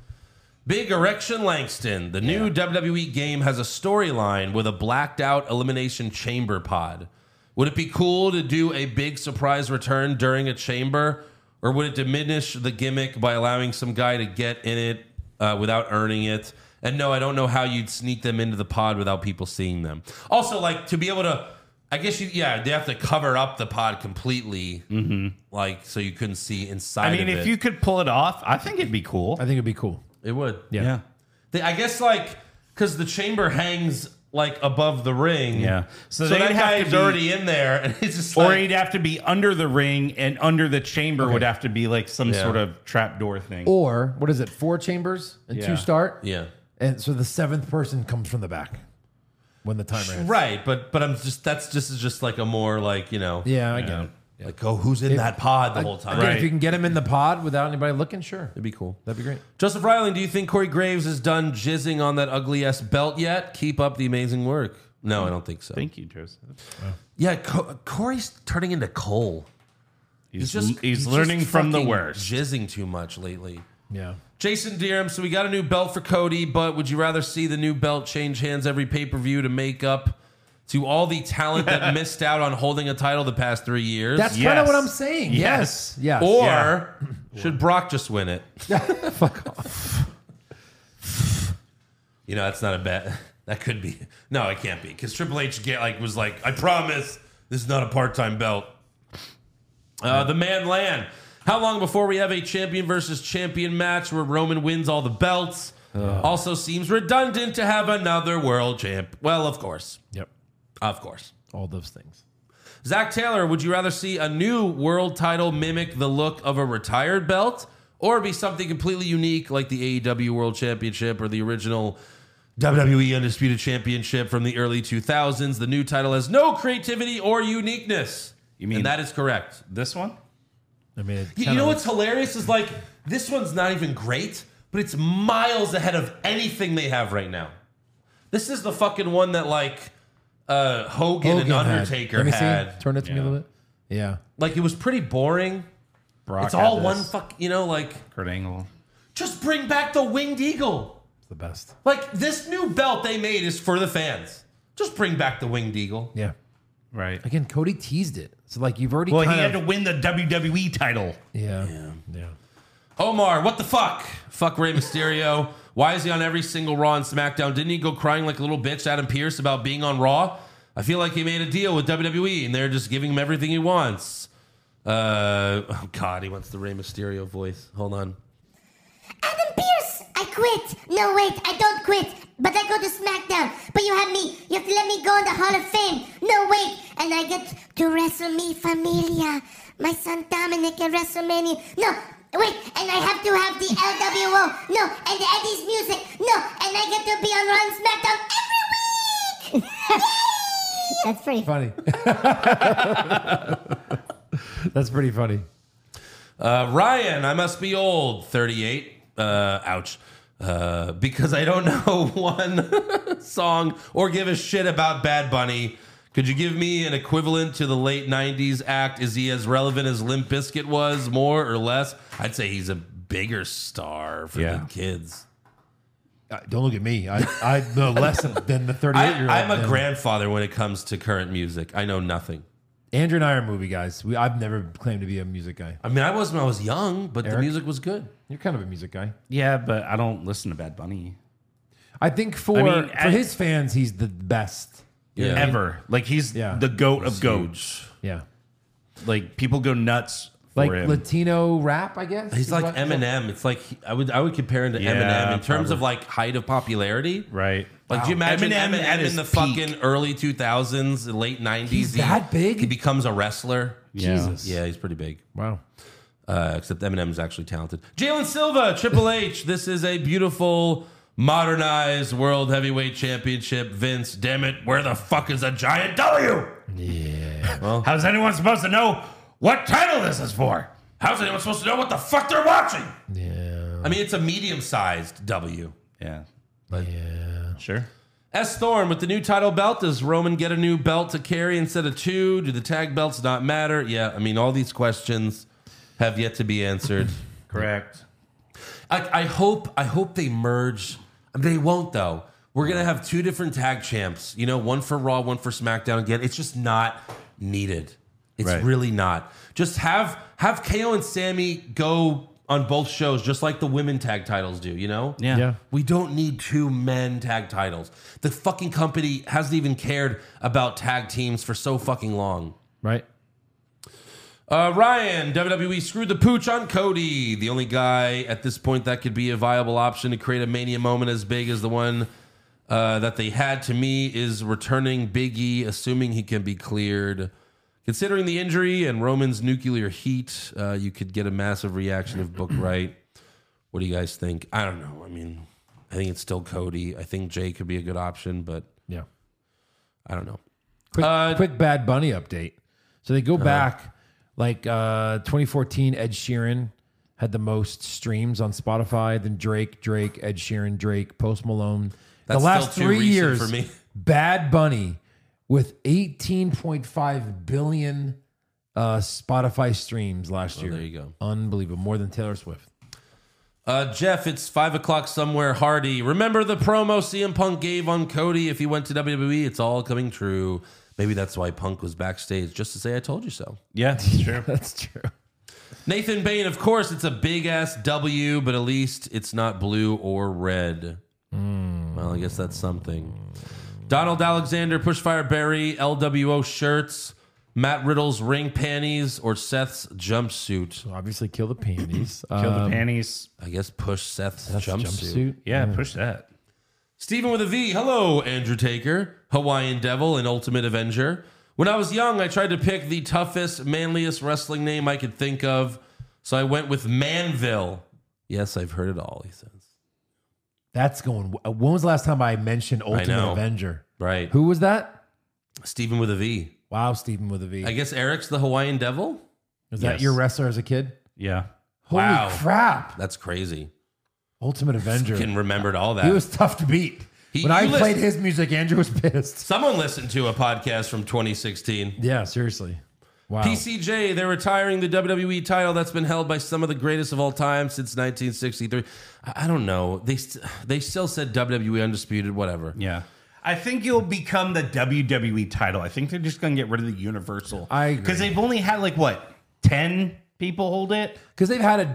Big Erection Langston. The new WWE game has a storyline with a blacked out elimination chamber pod. Would it be cool to do a big surprise return during a chamber, or would it diminish the gimmick by allowing some guy to get in it uh, without earning it? And no, I don't know how you'd sneak them into the pod without people seeing them. Also, like to be able to, I guess you, yeah, they have to cover up the pod completely, like so you couldn't see inside.
Mm-hmm. I mean,
of
if
it.
you could pull it off, I think it'd be cool.
I think it'd be cool.
it would,
Yeah.
yeah.
They, I guess like because the chamber hangs like above the ring.
Yeah. So
So,
they'd
that
have
guy
to
is
be-
already in there, and he's just
Or
like,
he'd have to be under the ring, and under the chamber would have to be like some
Yeah.
sort of trapdoor thing.
Or what is it? Four chambers and
Yeah.
two start.
yeah,
And so the seventh person comes from the back when the timer ends.
right. But but I'm just that's just is just like a more like you know
Yeah, I get it.
like oh who's in that pod the whole time.
Again,
Right.
If you can get him in the pod without anybody looking, sure.
It'd be cool.
That'd be great.
Joseph Ryland, do you think Corey Graves is done jizzing on that ugly ass belt yet? Keep up the amazing work. No, I don't think so.
Thank you, Joseph.
Yeah, Co- Corey's turning into coal.
He's, just he's, learning
just
from the
fucking
worst.
Jizzing too much lately.
Yeah.
Jason Deerham, so we got a new belt for Cody, but would you rather see the new belt change hands every pay per view to make up to all the talent that missed out on holding a title the past three years?
That's kind of
Yes.
what I'm saying. Yes. Yes.
or
Yeah.
should Brock just win it? Fuck off. you know, that's not a bet. That could be. No, it can't be because Triple H get, like was like, I promise this is not a part time belt. Uh, the man Lan. How long before we have a champion versus champion match where Roman wins all the belts? Also seems redundant to have another world champ. Well, of course,
Yep.
of course.
All those things.
Zach Taylor, would you rather see a new world title mimic the look of a retired belt or be something completely unique like the AEW World Championship or the original WWE Undisputed Championship from the early 2000s? The new title has no creativity or uniqueness.
You mean-
and that is correct.
This one?
I mean, it
You, you
kinda
know
looks-
what's hilarious is like this one's not even great, but it's miles ahead of anything they have right now. This is the fucking one that like uh, Hogan, and
Hogan had-
Undertaker
Let me
had.
see. Turn it to me a little bit. Yeah.
Like it was pretty boring.
Brock
it's
had
all
this.
one fuck. You know, like
Kurt Angle.
just bring back the winged eagle.
It's the best.
Like this new belt they made is for the fans. Just bring back the winged eagle.
Yeah.
Right.
Again, Cody teased it. So like you've already
Well, he
kind
had
of,
to win the WWE title.
yeah. yeah.
Omar, what the fuck? Fuck Rey Mysterio. Why is he on every single Raw and SmackDown? Didn't he go crying like a little bitch, Adam Pierce, about being on Raw? I feel like he made a deal with WWE and they're just giving him everything he wants. Uh, oh God, he wants the Rey Mysterio voice. Hold on.
Adam Pierce, I quit. No, wait, I don't quit. But I go to SmackDown. But you have me. You have to let me go in the Hall of Fame. No, wait. And I get to wrestle me familia. My son Dominic at WrestleMania. No, wait. And I have to have the LWO. No, and the Eddie's music. No, and I get to be on Raw and SmackDown every week. That's pretty
Funny. That's pretty funny.
Uh, Ryan, I must be old, 38. Uh, ouch. Uh, because I don't know one song or give a shit about Bad Bunny. Could you give me an equivalent to the late '90s act? Is he as relevant as Limp Bizkit was, more or less? I'd say he's a bigger star for
Yeah.
the kids.
Uh, don't look at me. I, I know less than the 38 year old.
I, am a grandfather when it comes to current music. I know nothing.
Andrew and I are movie guys. We, I've never claimed to be a music guy.
I mean, I was when I was young, but the
Eric?
music was good.
You're kind of a music guy.
Yeah, but I don't listen to Bad Bunny.
I think for
I mean,
for
I-
his fans, he's the best You know what I mean?
Ever. Like he's the goat of goats.
Yeah.
Like people go nuts for
Like
him.
Latino rap, I guess.
He's
is
like
what-
Eminem. It's like I would I would compare him to
Yeah,
Eminem in terms of
probably.
like height of popularity.
Right.
Like, do you
Wow.
imagine
Eminem
Eminem,
at
in
his
the
peak.
fucking early 2000s, the late 90s? He's
that big?
He becomes a wrestler.
Yeah. Jesus.
Yeah, he's pretty big.
Wow.
Uh, except Eminem's actually talented. Jalen Silva, Triple H. This is a beautiful, modernized World Heavyweight Championship. Vince, damn it, where the fuck is a giant W? Yeah. Well,
How's anyone supposed to know what title this is for?
how's anyone supposed to know what the fuck they're watching? Yeah. I mean, it's a medium sized W.
Yeah.
yeah.
Sure.
S Storm with the new title belt. Does Roman get a new belt to carry instead of two? Do the tag belts not matter? Yeah, I mean, all these questions have yet to be answered.
Correct.
I, I hope I hope they merge. I mean, they won't though. We're gonna have two different tag champs. You know, one for Raw, one for SmackDown. Again, it's just not needed. It's
Right.
really not. Just have have KO and Sammy go on both shows, just like the women tag titles do. You know?
Yeah. Yeah.
We don't need two men tag titles. The fucking company hasn't even cared about tag teams for so fucking long.
Right.
Uh, Ryan, WWE screwed the pooch on Cody. The only guy at this point that could be a viable option to create a mania moment as big as the one uh, that they had to me is returning Big E, assuming he can be cleared. Considering the injury and Roman's nuclear heat, uh, you could get a massive reaction if booked right. What do you guys think? I don't know. I mean, I think it's still Cody. I think Jay could be a good option, but
Yeah.
I don't know.
Quick,
Uh,
quick Bad Bunny update. So they go
Uh-huh.
back like uh, 2014. Ed Sheeran had the most streams on Spotify. Then Drake, Drake, Ed Sheeran, Drake, Post Malone.
That's
the last
still too
three
recent
years
for me.
Bad Bunny with 18.5 billion uh, Spotify streams last year.
Oh, there you go.
Unbelievable. More than Taylor Swift.
Uh, Jeff, it's five o'clock somewhere. Hardy, remember the promo CM Punk gave on Cody if he went to WWE? It's all coming true. Maybe that's why Punk was backstage just to say, I told you so.
Yeah, sure.
That's true.
Nathan Bain, of course, it's a big ass W, but at least it's not blue or red. Well, I guess that's something. Donald Alexander, Pushfire Berry, LWO shirts, Matt Riddle's ring panties, or Seth's jumpsuit.
Obviously, kill the panties.
Kill the
Um,
panties.
I guess push Seth's,
jumpsuit.
jumpsuit.
Yeah, push that.
Stephen with a V. Hello, Andrew Taker, Hawaiian Devil, and Ultimate Avenger. When I was young, I tried to pick the toughest, manliest wrestling name I could think of, so I went with Manville. Yes, I've heard it all, he says.
That's going. When was the last time I mentioned Ultimate
know.
Avenger?
Right.
Who was that?
Stephen with a V.
Wow, Stephen with a V.
I guess Eric's the Hawaiian Devil?
Is that
Yes.
your wrestler as a kid?
Yeah.
Holy
Wow.
crap!
That's crazy.
Ultimate Avenger.
Can remembered all that.
He was tough to beat.
He-
when I
you
played
listen-
his music, Andrew was pissed.
Someone listened to a podcast from 2016.
Yeah, seriously. Wow.
PCJ, they're retiring the WWE title that's been held by some of the greatest of all time since 1963. I I don't know. They st- they still said WWE undisputed, whatever.
Yeah. I think it'll become the WWE title. I think they're just going to get rid of the Universal.
I agree.
Because they've only had like what, 10 people hold it?
Because they've had a E,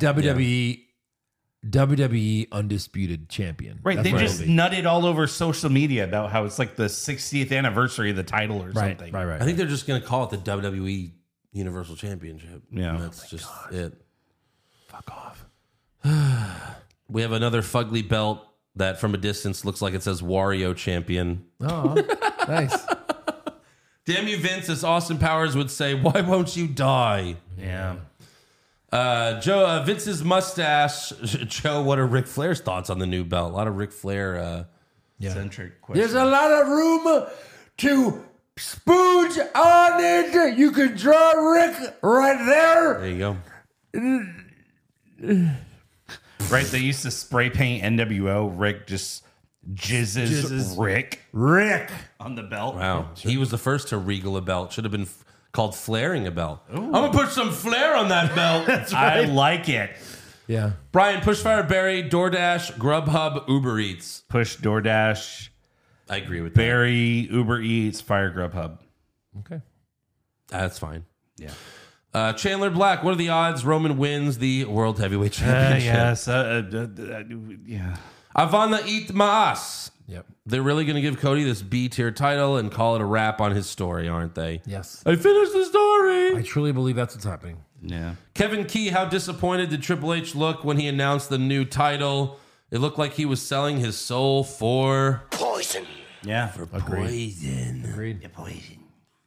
WWE WWE E undisputed champion.
Right.
That's
they
what
just
it'll be.
nutted all over social media about how it's like the 60th anniversary of the title or
right,
something.
right, right.
I think they're just going to call it the WWE Universal Championship.
Yeah.
And that's just it. Fuck off. we have another fugly belt that from a distance looks like it says Wario Champion.
Oh, nice.
Damn you, Vince, as Austin Powers would say, why won't you die?
Yeah.
Uh, Joe uh, Vince's mustache. Joe, what are Ric Flair's thoughts on the new belt? A lot of Ric Flair. Uh,
Centric question.
There's a lot of room to spooge on it. You can draw Rick right there.
there you go.
Right. They used to spray paint NWO. Rick just jizzes,
Jizzes.
Rick.
Rick.
On the belt.
Wow. He was the first to regal a belt. Should have been f- called flaring a belt. I'm
gonna
put some flair on that belt.
I like it.
Yeah.
Brian, Pushfire Barry, DoorDash, Grubhub, Uber Eats.
Push DoorDash.
I agree with
Barry, Uber Eats, Fire Grub Hub.
Okay.
That's fine.
Yeah.
Uh, Chandler Black, what are the odds Roman wins the World Heavyweight
Uh,
Championship?
yes. Uh, uh, uh, uh, yeah.
Ivana Itmaas.
Yep.
They're really going to give Cody this B tier title and call it a wrap on his story, aren't they?
Yes.
I finished the story.
I truly believe that's what's happening.
Yeah.
Kevin Key, how disappointed did Triple H look when he announced the new title? It looked like he was selling his soul for
Poison.
Yeah.
for poison.
Agreed.
Poison.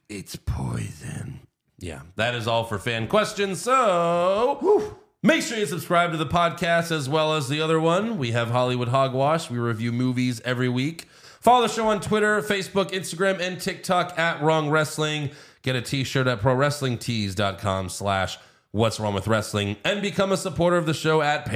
It's poison. Yeah, that is all for fan questions. So make sure you subscribe to the podcast as well as the other one. We have Hollywood Hogwash. We review movies every week. Follow the show on Twitter, Facebook, Instagram, and TikTok at Wrong Wrestling. Get a t-shirt at prowrestlingtees.com slash what's wrong with wrestling and become a supporter of the show at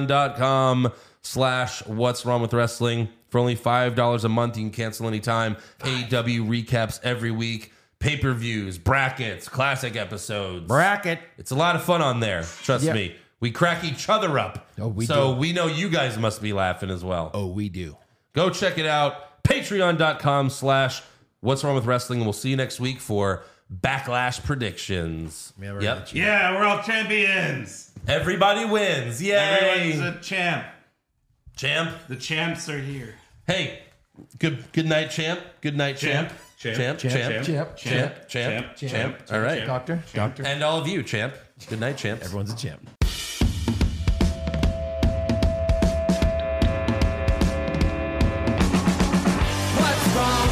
patreon.com slash what's wrong with wrestling. For only $5 a month, you can cancel anytime. AW recaps every week, pay per views, brackets, classic episodes.
Bracket.
It's a lot of fun on there. Trust
Yeah.
me. We crack each other up.
Oh, we
so
do.
we know you guys must be laughing as well.
Oh, we do.
Go check it out. Patreon.com slash What's Wrong With Wrestling. And we'll see you next week for Backlash Predictions.
Yeah, we're
yep.
Yeah, we're all champions.
Everybody wins. Yay.
Everyone's a champ.
champ.
The champs are here.
Hey, good good night, champ. Good night, champ. Champ. Champ. Champ.
champ,
Champ. Champ. Champ. All right.
Doctor. Doctor.
And all of you, champ. Good night, champs.
Everyone's a champ.
What's wrong Oh,